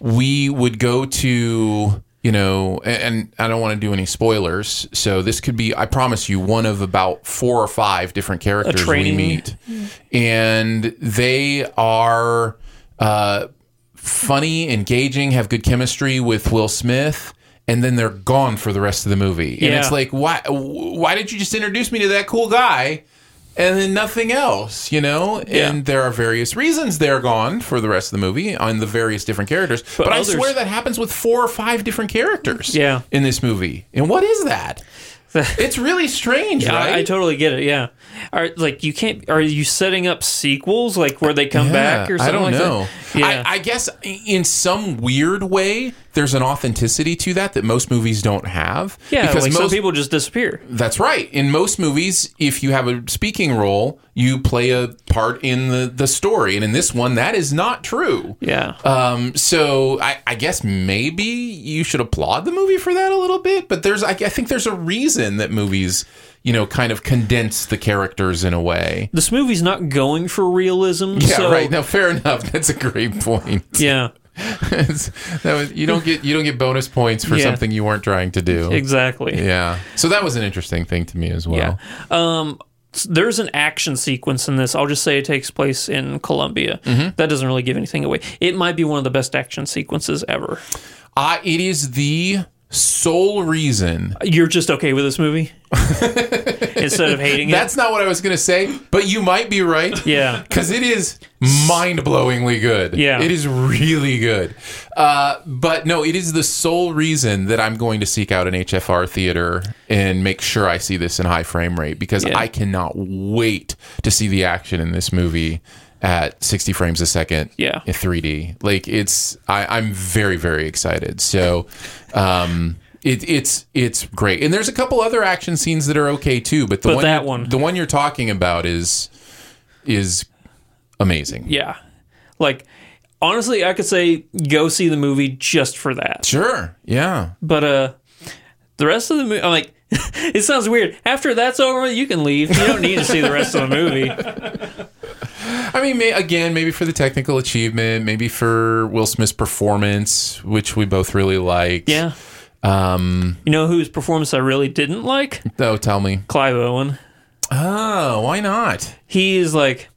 [SPEAKER 4] we would go to you know a- and i don't want to do any spoilers so this could be i promise you one of about four or five different characters we
[SPEAKER 5] training-
[SPEAKER 4] meet and they are uh, funny, engaging, have good chemistry with Will Smith, and then they're gone for the rest of the movie. And
[SPEAKER 5] Yeah.
[SPEAKER 4] it's like, why? w- Why did you just introduce me to that cool guy? And then nothing else, you know? And there are various reasons they're gone for the rest of the movie on the various different characters. But,
[SPEAKER 5] But
[SPEAKER 4] I
[SPEAKER 5] others-
[SPEAKER 4] swear that happens with four or five different characters
[SPEAKER 5] Yeah.
[SPEAKER 4] in this movie. And what is that? it's really strange,
[SPEAKER 5] I-
[SPEAKER 4] right?
[SPEAKER 5] I, totally get it. Yeah, are like you can't. Are you setting up sequels like where they come back or something?
[SPEAKER 4] I don't
[SPEAKER 5] like
[SPEAKER 4] know.
[SPEAKER 5] That? Yeah,
[SPEAKER 4] I, I guess in some weird way, there's an authenticity to that that most movies don't have.
[SPEAKER 5] yeah.
[SPEAKER 4] because
[SPEAKER 5] like
[SPEAKER 4] most
[SPEAKER 5] some people just disappear.
[SPEAKER 4] that's right. In most movies, if you have a speaking role, you play a part in the the story, and in this one, that is not true.
[SPEAKER 5] Yeah,
[SPEAKER 4] Um, so I, I guess maybe you should applaud the movie for that a little bit, but there's I, I think there's a reason that movies, you know, kind of condense the characters in a way.
[SPEAKER 5] this movie's not going for realism.
[SPEAKER 4] Yeah,
[SPEAKER 5] so,
[SPEAKER 4] right. No, fair enough. That's a great point.
[SPEAKER 5] Yeah.
[SPEAKER 4] It's- that was, you don't get you don't get bonus points for
[SPEAKER 5] Yeah.
[SPEAKER 4] something you weren't trying to do.
[SPEAKER 5] Exactly.
[SPEAKER 4] Yeah. So that was an interesting thing to me as
[SPEAKER 5] Yeah.
[SPEAKER 4] well.
[SPEAKER 5] Um, s- there's an action sequence in this. I'll just say it takes place in Colombia.
[SPEAKER 4] Mm-hmm.
[SPEAKER 5] That doesn't really give anything away. It might be one of the best action sequences ever.
[SPEAKER 4] I, it is the sole reason.
[SPEAKER 5] You're just okay with this movie instead of hating it.
[SPEAKER 4] That's not what I was going to say, but you might be right.
[SPEAKER 5] yeah.
[SPEAKER 4] Because it is mind blowingly good.
[SPEAKER 5] Yeah.
[SPEAKER 4] It is really good. Uh, but no, it is the sole reason that I'm going to seek out an HFR theater and make sure I see this in high frame rate because
[SPEAKER 5] Yeah.
[SPEAKER 4] I cannot wait to see the action in this movie at 60 frames a second
[SPEAKER 5] Yeah.
[SPEAKER 4] in 3D. Like it's, I, I'm very, very excited. So, um, it, it's it's great, and there's a couple other action scenes that are okay too, but the
[SPEAKER 5] But
[SPEAKER 4] one
[SPEAKER 5] that
[SPEAKER 4] you're-
[SPEAKER 5] one.
[SPEAKER 4] the one you're talking about is is amazing.
[SPEAKER 5] Yeah. Like, honestly, I could say go see the movie just for that.
[SPEAKER 4] Sure. Yeah.
[SPEAKER 5] But uh, the rest of the movie, I'm like, it sounds weird. After that's over, you can leave. You don't need to see the rest of the movie.
[SPEAKER 4] I mean, may, again, maybe for the technical achievement, maybe for Will Smith's performance, which we both really liked.
[SPEAKER 5] Yeah.
[SPEAKER 4] Um.
[SPEAKER 5] You know whose performance I really didn't like?
[SPEAKER 4] Oh, tell me.
[SPEAKER 5] Clive Owen.
[SPEAKER 4] Oh, why not?
[SPEAKER 5] He's like,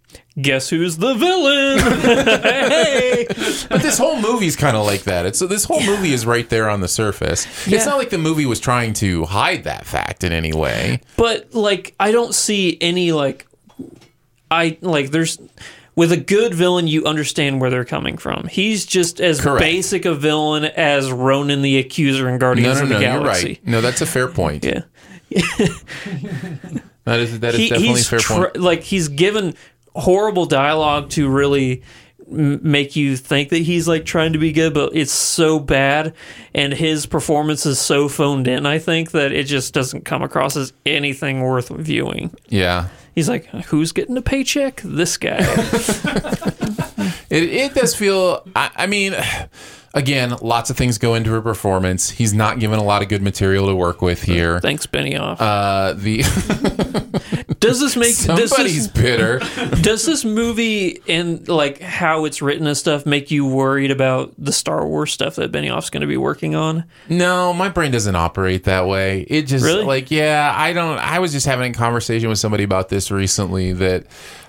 [SPEAKER 5] guess who's the villain? hey.
[SPEAKER 4] But this whole movie's kind of like that. It's so this whole movie is right there on the surface. It's not like the movie was trying to hide that fact in any way.
[SPEAKER 5] But like, I don't see any like, I like there's. With a good villain, you understand where they're coming from. He's just as
[SPEAKER 4] Correct.
[SPEAKER 5] basic a villain as Ronan the Accuser in Guardians
[SPEAKER 4] No, no,
[SPEAKER 5] of the
[SPEAKER 4] no. You're
[SPEAKER 5] Galaxy.
[SPEAKER 4] right. No, that's a fair point.
[SPEAKER 5] Yeah.
[SPEAKER 4] That is that is
[SPEAKER 5] He-
[SPEAKER 4] definitely a
[SPEAKER 5] he's
[SPEAKER 4] fair
[SPEAKER 5] tr-
[SPEAKER 4] point.
[SPEAKER 5] like he's given horrible dialogue to really m- make you think that he's like trying to be good but it's so bad and his performance is so phoned in i think that it just doesn't come across as anything worth viewing
[SPEAKER 4] Yeah.
[SPEAKER 5] he's like who's getting a paycheck this guy
[SPEAKER 4] It, it does feel. I, I mean, again, lots of things go into her performance. He's not given a lot of good material to work with here.
[SPEAKER 5] thanks benioff
[SPEAKER 4] Uh, the
[SPEAKER 5] does this make does this,
[SPEAKER 4] somebody's bitter.
[SPEAKER 5] does this movie and like how it's written and stuff make you worried about the star wars stuff that benioff's going to be working on
[SPEAKER 4] No, my brain doesn't operate that way. It just
[SPEAKER 5] Really?
[SPEAKER 4] like yeah, I don't. I was just having a conversation with somebody about this recently that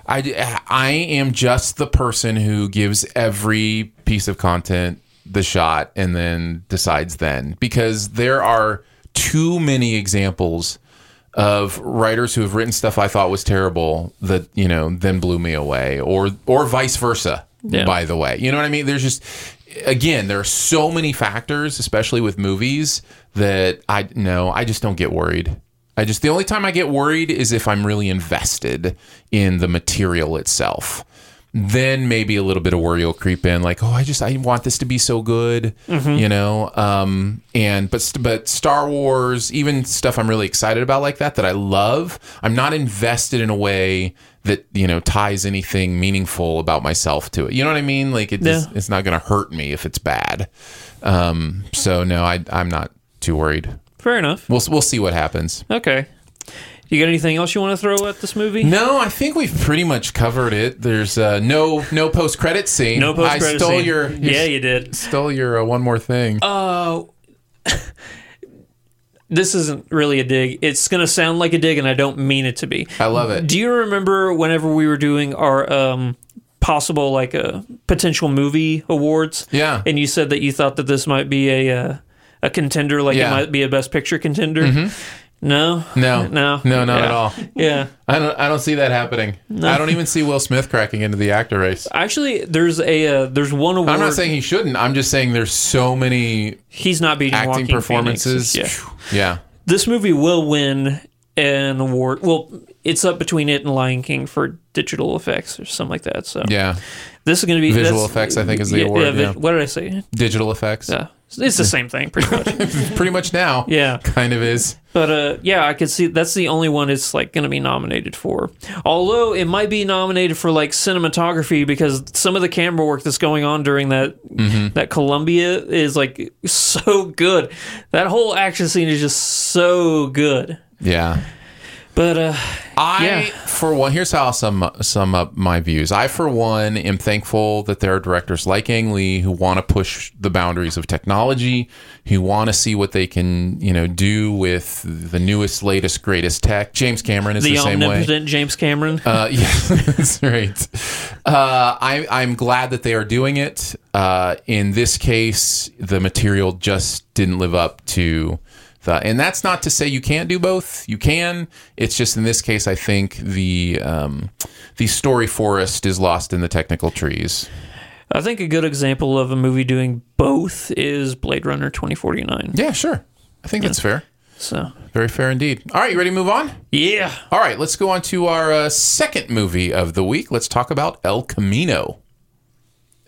[SPEAKER 4] I I am just the person who gives every piece of content the shot and then decides then because there are too many examples of writers who have written stuff I thought was terrible that you know then blew me away, or or vice versa. By the way, you know what I mean? There's just again, there are so many factors, especially with movies, that I no, I just don't get worried. I just the only time I get worried is if I'm really invested in the material itself. Then maybe a little bit of worry will creep in, like, oh, I just I want this to be so good,
[SPEAKER 5] Mm-hmm.
[SPEAKER 4] you know. Um, and but st- but Star Wars, even stuff I'm really excited about like that that I love, I'm not invested in a way that you know ties anything meaningful about myself to it. You know what I mean? Like it just,
[SPEAKER 5] Yeah.
[SPEAKER 4] it's not going to hurt me if it's bad. Um, so no, I I'm not too worried.
[SPEAKER 5] fair enough
[SPEAKER 4] We'll we'll see what happens.
[SPEAKER 5] Okay. You got anything else you want to throw at this movie?
[SPEAKER 4] No, I think we've pretty much covered it. There's uh, no no post credit scene.
[SPEAKER 5] No post credit
[SPEAKER 4] I stole your, your
[SPEAKER 5] yeah, you did.
[SPEAKER 4] stole your uh, one more thing.
[SPEAKER 5] Oh, Uh, This isn't really a dig. It's gonna sound like a dig, and I don't mean it to be.
[SPEAKER 4] I love it.
[SPEAKER 5] Do you remember whenever we were doing our um, possible like uh, potential movie awards?
[SPEAKER 4] Yeah.
[SPEAKER 5] And you said that you thought that this might be a uh, a contender, like
[SPEAKER 4] Yeah. Mm-hmm.
[SPEAKER 5] it might be a best picture contender. No.
[SPEAKER 4] no,
[SPEAKER 5] No.
[SPEAKER 4] no, not
[SPEAKER 5] Yeah.
[SPEAKER 4] at all.
[SPEAKER 5] Yeah.
[SPEAKER 4] I don't. I don't see that happening. I don't even see Will Smith cracking into the actor race.
[SPEAKER 5] Actually, there's a uh, there's one award.
[SPEAKER 4] I'm not saying he shouldn't. I'm just saying there's so many
[SPEAKER 5] he's not beating
[SPEAKER 4] acting
[SPEAKER 5] Joaquin
[SPEAKER 4] performances.
[SPEAKER 5] Phoenix. Yeah.
[SPEAKER 4] Phew. yeah.
[SPEAKER 5] this movie will win an award. Well, it's up between it and Lion King for digital effects or something like that. So
[SPEAKER 4] Yeah.
[SPEAKER 5] this is going to be
[SPEAKER 4] Visual
[SPEAKER 5] that's-
[SPEAKER 4] effects, I think, is the award,
[SPEAKER 5] vi-
[SPEAKER 4] yeah.
[SPEAKER 5] What did I say?
[SPEAKER 4] Digital effects.
[SPEAKER 5] Uh, it's the same thing, pretty much.
[SPEAKER 4] Pretty much now.
[SPEAKER 5] yeah,
[SPEAKER 4] Kind of is.
[SPEAKER 5] but uh, yeah, I could see that's the only one it's like going to be nominated for. Although it might be nominated for like cinematography because some of the camera work that's going on during that
[SPEAKER 4] Mm-hmm.
[SPEAKER 5] that Columbia is like so good. That whole action scene is just so good.
[SPEAKER 4] Yeah.
[SPEAKER 5] But uh,
[SPEAKER 4] I,
[SPEAKER 5] Yeah.
[SPEAKER 4] for one, here's how I'll sum, sum up my views. I, for one, am thankful that there are directors like Ang Lee who want to push the boundaries of technology, who want to see what they can, you know, do with the newest, latest, greatest tech. James Cameron is the,
[SPEAKER 5] the
[SPEAKER 4] same way.
[SPEAKER 5] omnipotent James Cameron.
[SPEAKER 4] Uh, yeah, that's right. Uh, I, I'm glad that they are doing it. Uh, in this case, the material just didn't live up to the. And that's not to say you can't do both. You can. It's just in this case, I think the um, the story forest is lost in the technical trees.
[SPEAKER 5] I think a good example of a movie doing both is Blade Runner 2049.
[SPEAKER 4] Yeah, sure. I think that's fair.
[SPEAKER 5] So,
[SPEAKER 4] Very fair indeed. All right, you ready to move on?
[SPEAKER 5] yeah.
[SPEAKER 4] All right, let's go on to our uh, second movie of the week. Let's talk about El Camino.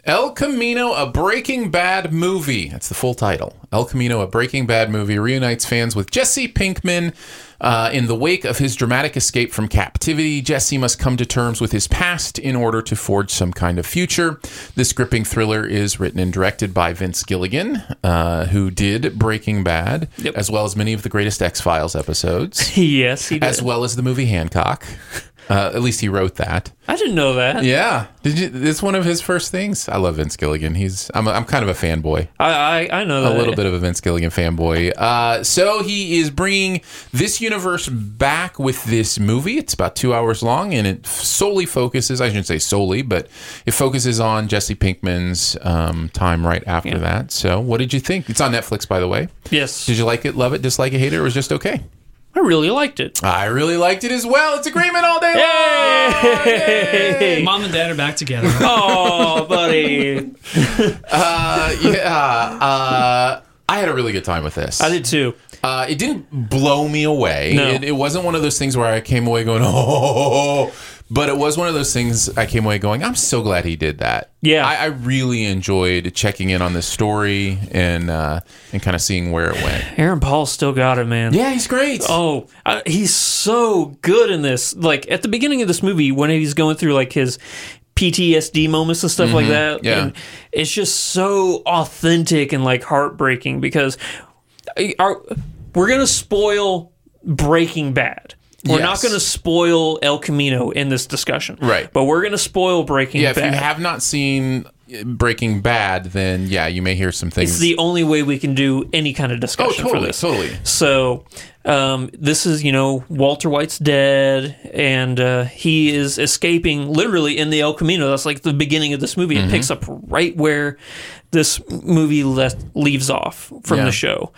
[SPEAKER 4] El Camino, a Breaking Bad movie. That's the full title. El Camino, a Breaking Bad movie, reunites fans with Jesse Pinkman. Uh, in the wake of his dramatic escape from captivity, Jesse must come to terms with his past in order to forge some kind of future. This gripping thriller is written and directed by Vince Gilligan, uh, who did Breaking Bad,
[SPEAKER 5] Yep.
[SPEAKER 4] as well as many of the greatest X Files episodes
[SPEAKER 5] Yes, he did.
[SPEAKER 4] as well as the movie Hancock. Uh, at least he wrote that.
[SPEAKER 5] I didn't know that.
[SPEAKER 4] Yeah, did you? It's one of his first things. I love Vince Gilligan. He's I'm, I'm kind of a fanboy,
[SPEAKER 5] I, I I know
[SPEAKER 4] a
[SPEAKER 5] that.
[SPEAKER 4] little bit of a Vince Gilligan fanboy. Uh, so he is bringing this universe back with this movie. It's about two hours long, and it solely focuses. I shouldn't say solely, but it focuses on Jesse Pinkman's um, time right after that. So, what did you think? It's on Netflix, by the way.
[SPEAKER 5] Yes,
[SPEAKER 4] Did you like it? Love it? Dislike it? Hate it? Or was it just okay?
[SPEAKER 5] I really liked it.
[SPEAKER 4] I really liked it as well. It's agreement all day long.
[SPEAKER 5] Hey!
[SPEAKER 6] Mom and dad are back together.
[SPEAKER 5] oh, buddy,
[SPEAKER 4] Uh, yeah. Uh, I had a really good time with this.
[SPEAKER 5] I did too.
[SPEAKER 4] Uh, it didn't blow me away.
[SPEAKER 5] No.
[SPEAKER 4] It, it wasn't one of those things where I came away going, oh. But it was one of those things I came away going, I'm so glad he did that.
[SPEAKER 5] Yeah.
[SPEAKER 4] I, I really enjoyed checking in on this story and uh, and kind of seeing where it went.
[SPEAKER 5] Aaron Paul still got it, man.
[SPEAKER 4] Yeah, he's great.
[SPEAKER 5] Oh, I, he's so good in this. Like at the beginning of this movie, when he's going through like his PTSD moments and stuff like that,
[SPEAKER 4] Mm-hmm. yeah.
[SPEAKER 5] and it's just so authentic and like heartbreaking because I- are we're gonna spoil Breaking Bad. We're
[SPEAKER 4] Yes.
[SPEAKER 5] not going to spoil El Camino in this discussion,
[SPEAKER 4] Right.
[SPEAKER 5] But we're going to spoil Breaking
[SPEAKER 4] yeah, if
[SPEAKER 5] Bad.
[SPEAKER 4] you have not seen Breaking Bad, then yeah, you may hear some things.
[SPEAKER 5] it's the only way we can do any kind of
[SPEAKER 4] oh,
[SPEAKER 5] discussion for
[SPEAKER 4] totally,
[SPEAKER 5] this.
[SPEAKER 4] totally.
[SPEAKER 5] So, um, this is, you know, Walter White's dead, and uh, he is escaping literally in the El Camino. That's like the beginning of this movie.
[SPEAKER 4] Mm-hmm.
[SPEAKER 5] It picks up right where this movie left, leaves off from
[SPEAKER 4] Yeah.
[SPEAKER 5] the show.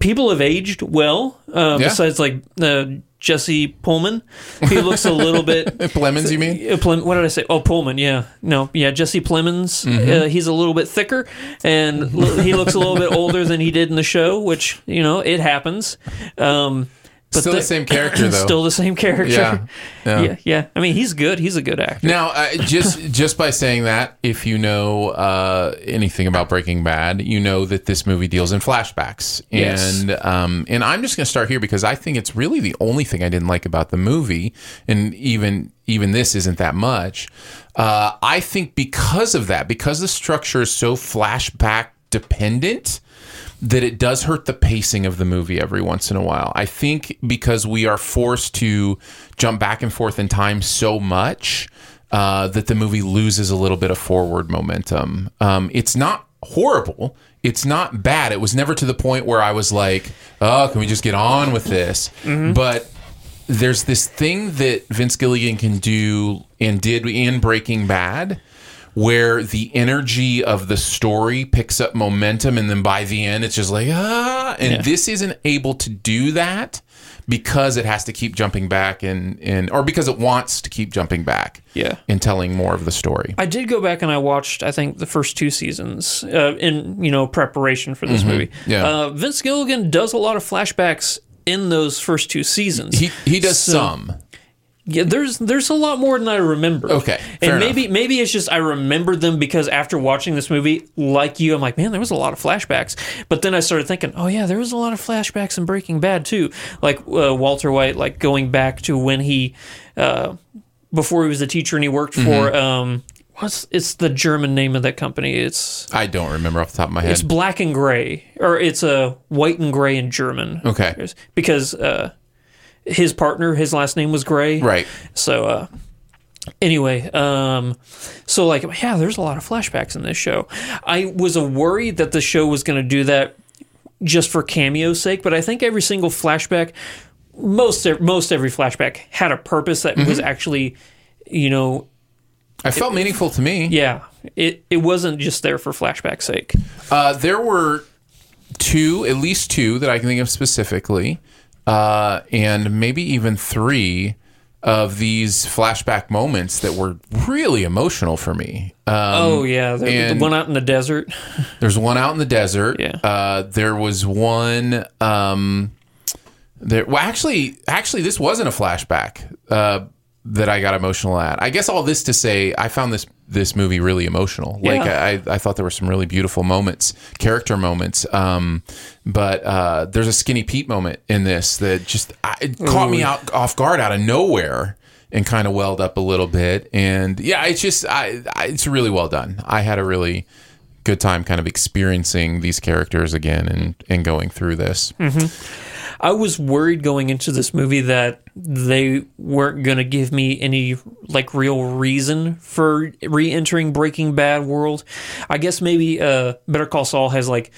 [SPEAKER 5] People have aged well, uh,
[SPEAKER 4] Yeah.
[SPEAKER 5] besides like uh, Jesse Pullman. He looks a little bit.
[SPEAKER 4] Lemons, you mean?
[SPEAKER 5] Uh, Plem- what did I say? Oh, Pullman. Yeah, no, yeah. Jesse Plemons.
[SPEAKER 4] Mm-hmm.
[SPEAKER 5] Uh, he's a little bit thicker, and l- he looks a little bit older than he did in the show, which you know it happens. Um, but
[SPEAKER 4] Still the same character, though.
[SPEAKER 5] Still the same character.
[SPEAKER 4] Yeah, yeah.
[SPEAKER 5] yeah. yeah, I mean, he's good. He's a good actor.
[SPEAKER 4] Now, uh, just just by saying that, if you know uh, anything about Breaking Bad, you know that this movie deals in flashbacks.
[SPEAKER 5] Yes.
[SPEAKER 4] And um, and I'm just going to start here because I think it's really the only thing I didn't like about the movie, and even even this isn't that much. Uh, I think because of that, because the structure is so flashback dependent, that it does hurt the pacing of the movie every once in a while. I think because we are forced to jump back and forth in time so much uh, that the movie loses a little bit of forward momentum. Um, it's not horrible. It's not bad. It was never to the point where I was like, "Oh, can we just get on with this?" But there's this thing that Vince Gilligan can do and did in Breaking Bad where the energy of the story picks up momentum and then by the end it's just like ah and this isn't able to do that because it has to keep jumping back and, and or because it wants to keep jumping back
[SPEAKER 5] Yeah.
[SPEAKER 4] and telling more of the story
[SPEAKER 5] I did go back and I watched, I think, the first two seasons uh, in you know preparation for this movie.
[SPEAKER 4] Mm-hmm. Yeah.
[SPEAKER 5] uh, Vince Gilligan does a lot of flashbacks in those first two seasons.
[SPEAKER 4] he he does
[SPEAKER 5] So-
[SPEAKER 4] some
[SPEAKER 5] Yeah, there's there's a lot more than I remember.
[SPEAKER 4] Okay, fair
[SPEAKER 5] and maybe maybe it's just I remembered them because after watching this movie, like you, I'm like, man, there was a lot of flashbacks. But then I started thinking, oh yeah, there was a lot of flashbacks in Breaking Bad too, like uh, Walter White, like going back to when he, uh, before he was a teacher and he worked
[SPEAKER 4] Mm-hmm.
[SPEAKER 5] for um, what's it's the German name of that company? It's
[SPEAKER 4] i don't remember off the top of my head
[SPEAKER 5] it's black and gray, or it's uh, white and gray in German.
[SPEAKER 4] Okay.
[SPEAKER 5] Because uh, his partner, his last name was Gray.
[SPEAKER 4] Right.
[SPEAKER 5] So uh anyway, um so like yeah, there's a lot of flashbacks in this show. I was uh, worried that the show was going to do that just for cameo's sake, but I think every single flashback most most every flashback had a purpose that
[SPEAKER 4] Mm-hmm.
[SPEAKER 5] was actually you know,
[SPEAKER 4] I felt meaningful to me.
[SPEAKER 5] yeah, it it wasn't just there for flashback's sake.
[SPEAKER 4] Uh, there were two, at least two that I can think of specifically, uh, and maybe even three of these flashback moments that were really emotional for me. Um,
[SPEAKER 5] oh yeah, the, the
[SPEAKER 4] and-
[SPEAKER 5] one out in the desert.
[SPEAKER 4] There's one out in the desert.
[SPEAKER 5] Yeah.
[SPEAKER 4] Uh, there was one. Um, there. Well, actually, actually, this wasn't a flashback uh, that I got emotional at. I guess all this to say, I found this this movie really emotional. Like
[SPEAKER 5] Yeah.
[SPEAKER 4] I, I thought there were some really beautiful moments, character moments. Um, but uh, there's a Skinny Pete moment in this that just I, it caught me out off guard out of nowhere. And kind of welled up a little bit, and yeah, it's just I, I, it's really well done. I had a really good time kind of experiencing these characters again and, and going through this.
[SPEAKER 5] I was worried going into this movie that they weren't going to give me any like real reason for re-entering Breaking Bad world. I guess maybe uh Better Call Saul has like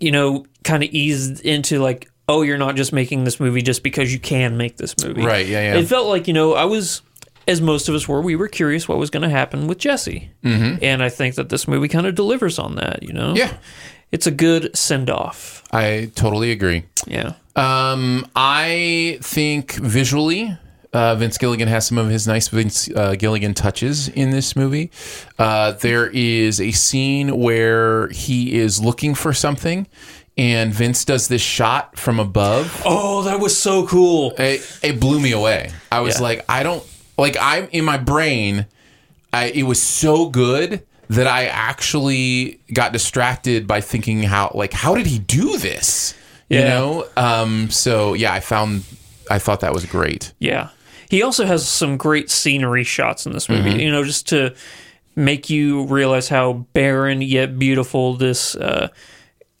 [SPEAKER 5] you know kind of eased into like oh you're not just making this movie just because you can make this movie.
[SPEAKER 4] Right, yeah, yeah.
[SPEAKER 5] It felt like, you know, I was as most of us were, we were curious what was going to happen with Jesse. Mm-hmm. And I think that this movie kind of delivers on that, you know?
[SPEAKER 4] Yeah,
[SPEAKER 5] It's a good send off.
[SPEAKER 4] I totally agree.
[SPEAKER 5] Yeah.
[SPEAKER 4] Um, I think visually, uh, Vince Gilligan has some of his nice Vince uh, Gilligan touches in this movie. Uh, there is a scene where he is looking for something. And Vince does this shot from above.
[SPEAKER 5] Oh, that was so cool.
[SPEAKER 4] It, it blew me away. I was
[SPEAKER 5] Yeah.
[SPEAKER 4] like, I don't like. I'm in my brain. I it was so good that I actually got distracted by thinking how like how did he do this? You
[SPEAKER 5] Yeah.
[SPEAKER 4] know. Um. So yeah, I found. I thought that was great.
[SPEAKER 5] Yeah. He also has some great scenery shots in this
[SPEAKER 4] Mm-hmm.
[SPEAKER 5] movie, you know, just to make you realize how barren yet beautiful this uh,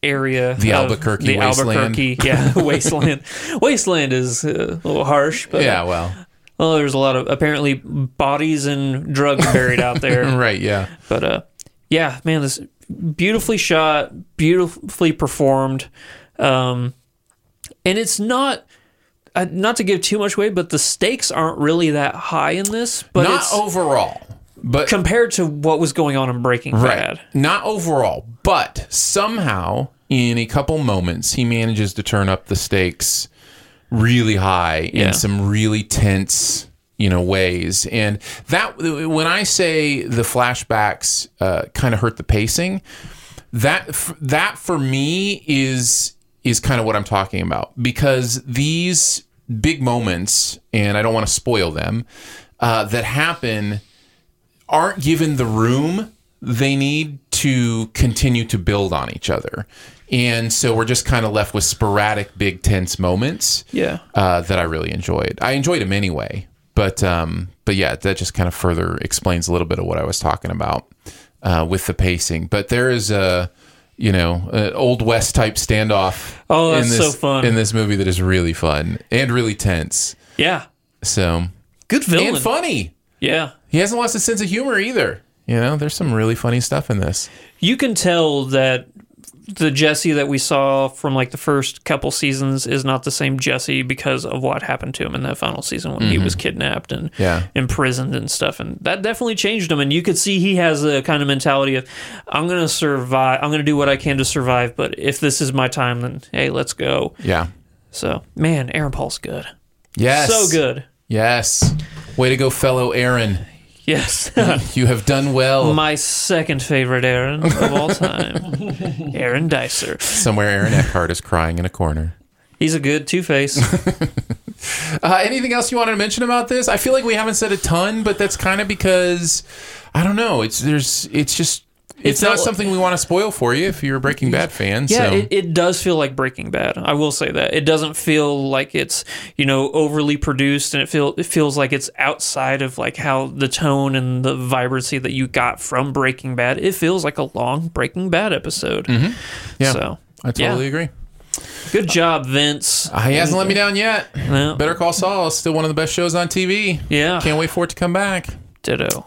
[SPEAKER 5] area
[SPEAKER 4] The
[SPEAKER 5] of-
[SPEAKER 4] Albuquerque
[SPEAKER 5] the
[SPEAKER 4] wasteland.
[SPEAKER 5] Albuquerque, yeah, wasteland. Wasteland is uh, a little harsh, but
[SPEAKER 4] Yeah. Well.
[SPEAKER 5] well, there's a lot of apparently bodies and drugs buried out there.
[SPEAKER 4] Right. Yeah.
[SPEAKER 5] But uh, yeah, man, this beautifully shot, beautifully performed, um, and it's not. Uh, not to give too much away, but the stakes aren't really that high in this. But
[SPEAKER 4] Not
[SPEAKER 5] it's
[SPEAKER 4] overall, but
[SPEAKER 5] compared to what was going on in Breaking Bad.
[SPEAKER 4] Not overall, but somehow in a couple moments he manages to turn up the stakes really high
[SPEAKER 5] Yeah.
[SPEAKER 4] in some really tense, you know, ways. And that when I say the flashbacks uh, kind of hurt the pacing, that f- that for me is is kind of what I'm talking about because these big moments, and I don't want to spoil them, uh, that happen aren't given the room they need to continue to build on each other. And so we're just kind of left with sporadic, big, tense moments
[SPEAKER 5] Yeah.
[SPEAKER 4] uh, that I really enjoyed. I enjoyed them anyway, but um, but yeah, that just kind of further explains a little bit of what I was talking about uh, with the pacing. But there is a you know an old west type standoff.
[SPEAKER 5] Oh, that's
[SPEAKER 4] in this,
[SPEAKER 5] so fun.
[SPEAKER 4] in this movie that is really fun and really tense.
[SPEAKER 5] Yeah.
[SPEAKER 4] So
[SPEAKER 5] Good villain.
[SPEAKER 4] and funny.
[SPEAKER 5] Yeah.
[SPEAKER 4] He hasn't lost his sense of humor either. You know, there's some really funny stuff in this.
[SPEAKER 5] you can tell that the Jesse that we saw from like the first couple seasons is not the same Jesse because of what happened to him in that final season when he was kidnapped and
[SPEAKER 4] Mm-hmm. Yeah.
[SPEAKER 5] imprisoned and stuff. And that definitely changed him. And you could see he has a kind of mentality of, I'm going to survive. I'm going to do what I can to survive. But if this is my time, then hey, let's go.
[SPEAKER 4] Yeah.
[SPEAKER 5] So, man, Aaron Paul's good.
[SPEAKER 4] Yes.
[SPEAKER 5] So good.
[SPEAKER 4] Yes. Way to go, fellow Aaron.
[SPEAKER 5] Yes.
[SPEAKER 4] You have done well.
[SPEAKER 5] my second favorite Aaron of all time, Aaron Dicer.
[SPEAKER 4] Somewhere Aaron Eckhart is crying in a corner.
[SPEAKER 5] He's a good Two Face.
[SPEAKER 4] Uh, anything else you wanted to mention about this? I feel like we haven't said a ton, but that's kind of because I don't know. It's there's it's just it's,
[SPEAKER 5] felt
[SPEAKER 4] not
[SPEAKER 5] like-
[SPEAKER 4] something we want to spoil for you if you're a Breaking Bad fan.
[SPEAKER 5] Yeah,
[SPEAKER 4] so
[SPEAKER 5] it, it does feel like Breaking Bad. I will say that it doesn't feel like it's you know overly produced, and it feel it feels like it's outside of like how the tone and the vibrancy that you got from Breaking Bad. It feels like a long Breaking Bad episode.
[SPEAKER 4] Mm-hmm. yeah,
[SPEAKER 5] So
[SPEAKER 4] I totally
[SPEAKER 5] yeah.
[SPEAKER 4] agree. Uh,
[SPEAKER 5] Good job, Vince.
[SPEAKER 4] He hasn't let me down yet.
[SPEAKER 5] No.
[SPEAKER 4] Better Call Saul is still one of the best shows on TV.
[SPEAKER 5] Yeah.
[SPEAKER 4] Can't wait for it to come back.
[SPEAKER 5] Ditto.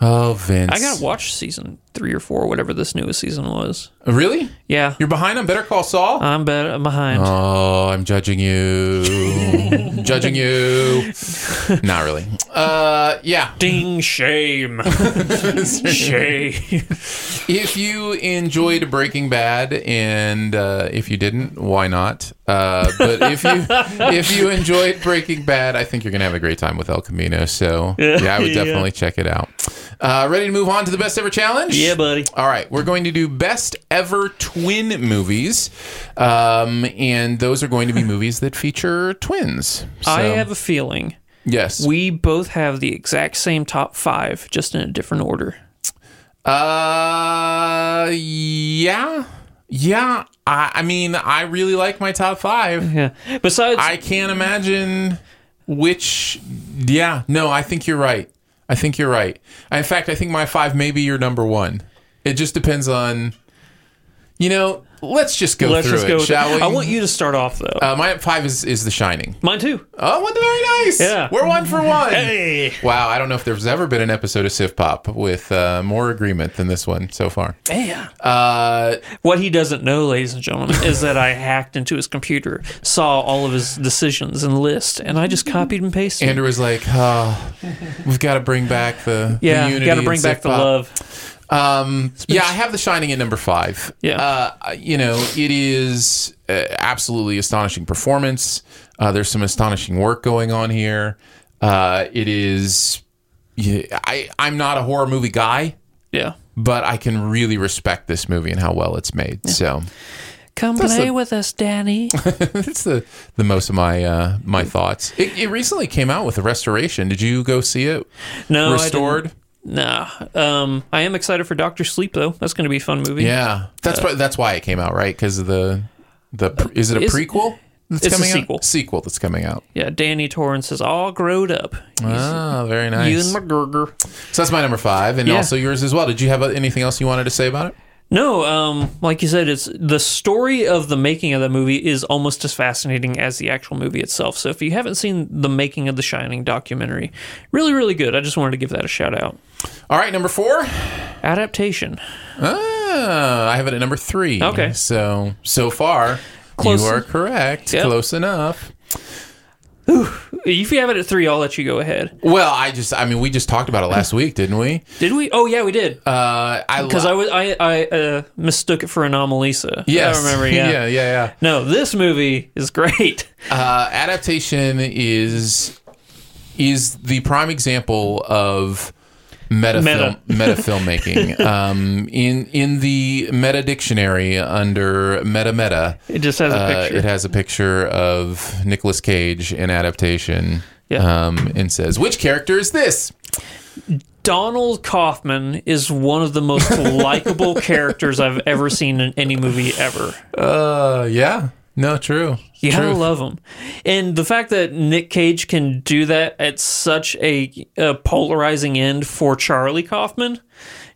[SPEAKER 4] Oh, Vince.
[SPEAKER 5] I gotta watch season three or four, whatever this newest season was.
[SPEAKER 4] Really?
[SPEAKER 5] Yeah,
[SPEAKER 4] You're behind on Better Call Saul?
[SPEAKER 5] I'm bad. I'm behind.
[SPEAKER 4] Oh, I'm judging you. judging you. Not really. Uh, yeah.
[SPEAKER 5] Ding shame, shame.
[SPEAKER 4] If you enjoyed Breaking Bad, and uh, if you didn't, why not? Uh, but if you if you enjoyed Breaking Bad, I think you're gonna have a great time with El Camino. So yeah, I would definitely check it out. Uh, ready to move on to the best ever challenge?
[SPEAKER 5] Yeah, buddy.
[SPEAKER 4] All right, we're going to do best ever twin movies, um, and those are going to be movies that feature twins. So,
[SPEAKER 5] I have a feeling
[SPEAKER 4] yes.
[SPEAKER 5] we both have the exact same top five, just in a different order.
[SPEAKER 4] Uh, yeah, yeah. I, I mean, I really like my top five.
[SPEAKER 5] Yeah. Besides,
[SPEAKER 4] I can't imagine which. Yeah, no, I think you're right. I think you're right. In fact, I think my five may be your number one. It just depends on, you know. Let's just go
[SPEAKER 5] let's
[SPEAKER 4] through
[SPEAKER 5] just
[SPEAKER 4] it,
[SPEAKER 5] go. with
[SPEAKER 4] shall
[SPEAKER 5] it.
[SPEAKER 4] we?
[SPEAKER 5] I want you to start off though.
[SPEAKER 4] Uh, my five is is The Shining.
[SPEAKER 5] Mine too.
[SPEAKER 4] Oh, what very nice.
[SPEAKER 5] Yeah.
[SPEAKER 4] We're one for one.
[SPEAKER 5] Hey.
[SPEAKER 4] Wow, I don't know if there's ever been an episode of Civ Pop with uh, more agreement than this one so far.
[SPEAKER 5] Yeah.
[SPEAKER 4] Uh,
[SPEAKER 5] What he doesn't know, ladies and gentlemen, is that I hacked into his computer, saw all of his decisions and list, and I just copied and pasted.
[SPEAKER 4] Andrew was like, oh, we've got to bring back the, the
[SPEAKER 5] yeah,
[SPEAKER 4] unity
[SPEAKER 5] got to
[SPEAKER 4] in
[SPEAKER 5] bring back
[SPEAKER 4] Civ
[SPEAKER 5] the
[SPEAKER 4] Pop.
[SPEAKER 5] love.
[SPEAKER 4] Um, yeah, I have The Shining at number five.
[SPEAKER 5] Yeah.
[SPEAKER 4] Uh, you know, it is uh, absolutely astonishing performance. Uh, there's some astonishing work going on here. Uh, it is. Yeah, I, I'm not a horror movie guy.
[SPEAKER 5] Yeah.
[SPEAKER 4] but I can really respect this movie and how well it's made. So
[SPEAKER 5] Come
[SPEAKER 4] That's
[SPEAKER 5] play
[SPEAKER 4] the-
[SPEAKER 5] with us, Danny.
[SPEAKER 4] that's the the most of my uh, my thoughts. It, it recently came out with a restoration. Did you go see it?
[SPEAKER 5] No, I
[SPEAKER 4] Restored.
[SPEAKER 5] didn't. nah. Um, I am excited for Doctor Sleep though. That's going to be a fun movie.
[SPEAKER 4] Yeah, that's
[SPEAKER 5] Uh,
[SPEAKER 4] prob- that's why it came out, right? Because of the the pr- is it a
[SPEAKER 5] Is-
[SPEAKER 4] prequel? That's
[SPEAKER 5] it's a
[SPEAKER 4] coming
[SPEAKER 5] sequel.
[SPEAKER 4] Out? Sequel that's coming out.
[SPEAKER 5] Yeah. Danny Torrance is all grown up.
[SPEAKER 4] Ah, very nice.
[SPEAKER 5] Ewan McGregor.
[SPEAKER 4] so that's my number five, and
[SPEAKER 5] Yeah.
[SPEAKER 4] also yours as well. Did you have uh, anything else you wanted to say about it?
[SPEAKER 5] No, um, like you said, it's the story of the making of that movie is almost as fascinating as the actual movie itself. So if you haven't seen the making of the Shining documentary, really, really good. I just wanted to give that a shout out.
[SPEAKER 4] All right, number four.
[SPEAKER 5] Adaptation.
[SPEAKER 4] Ah, I have it at number three.
[SPEAKER 5] Okay.
[SPEAKER 4] So so far,
[SPEAKER 5] Close.
[SPEAKER 4] you are correct.
[SPEAKER 5] Yep.
[SPEAKER 4] Close enough.
[SPEAKER 5] If you have it at three, I'll let you go ahead.
[SPEAKER 4] Well, I just, I mean, we just talked about it last week, didn't we?
[SPEAKER 5] Did we? Oh yeah, we did.
[SPEAKER 4] Uh, I
[SPEAKER 5] Because I was I I uh, mistook it for Anomalisa.
[SPEAKER 4] yes.
[SPEAKER 5] I remember.
[SPEAKER 4] yeah, yeah,
[SPEAKER 5] No, this movie is great.
[SPEAKER 4] yeah. Uh, adaptation is is the prime example of meta
[SPEAKER 5] Meta.
[SPEAKER 4] film, meta filmmaking. um, in in the meta dictionary under meta meta,
[SPEAKER 5] It just has a
[SPEAKER 4] uh,
[SPEAKER 5] picture.
[SPEAKER 4] it has a picture of Nicolas Cage in adaptation.
[SPEAKER 5] Yeah.
[SPEAKER 4] Um, and says, which character is this?
[SPEAKER 5] Donald Kaufman is one of the most likable characters I've ever seen in any movie ever.
[SPEAKER 4] Uh, yeah. No, true.
[SPEAKER 5] You gotta
[SPEAKER 4] Truth.
[SPEAKER 5] love him. And the fact that Nick Cage can do that at such a, a polarizing end for Charlie Kaufman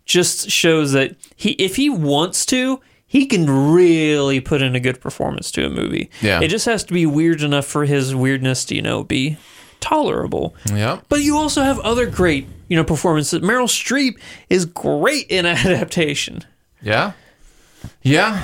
[SPEAKER 5] just shows that he, if he wants to, he can really put in a good performance to a movie.
[SPEAKER 4] Yeah.
[SPEAKER 5] It just has to be weird enough for his weirdness to, you know, be tolerable.
[SPEAKER 4] Yeah.
[SPEAKER 5] But you also have other great, you know, performances. Meryl Streep is great in adaptation.
[SPEAKER 4] Yeah. Yeah.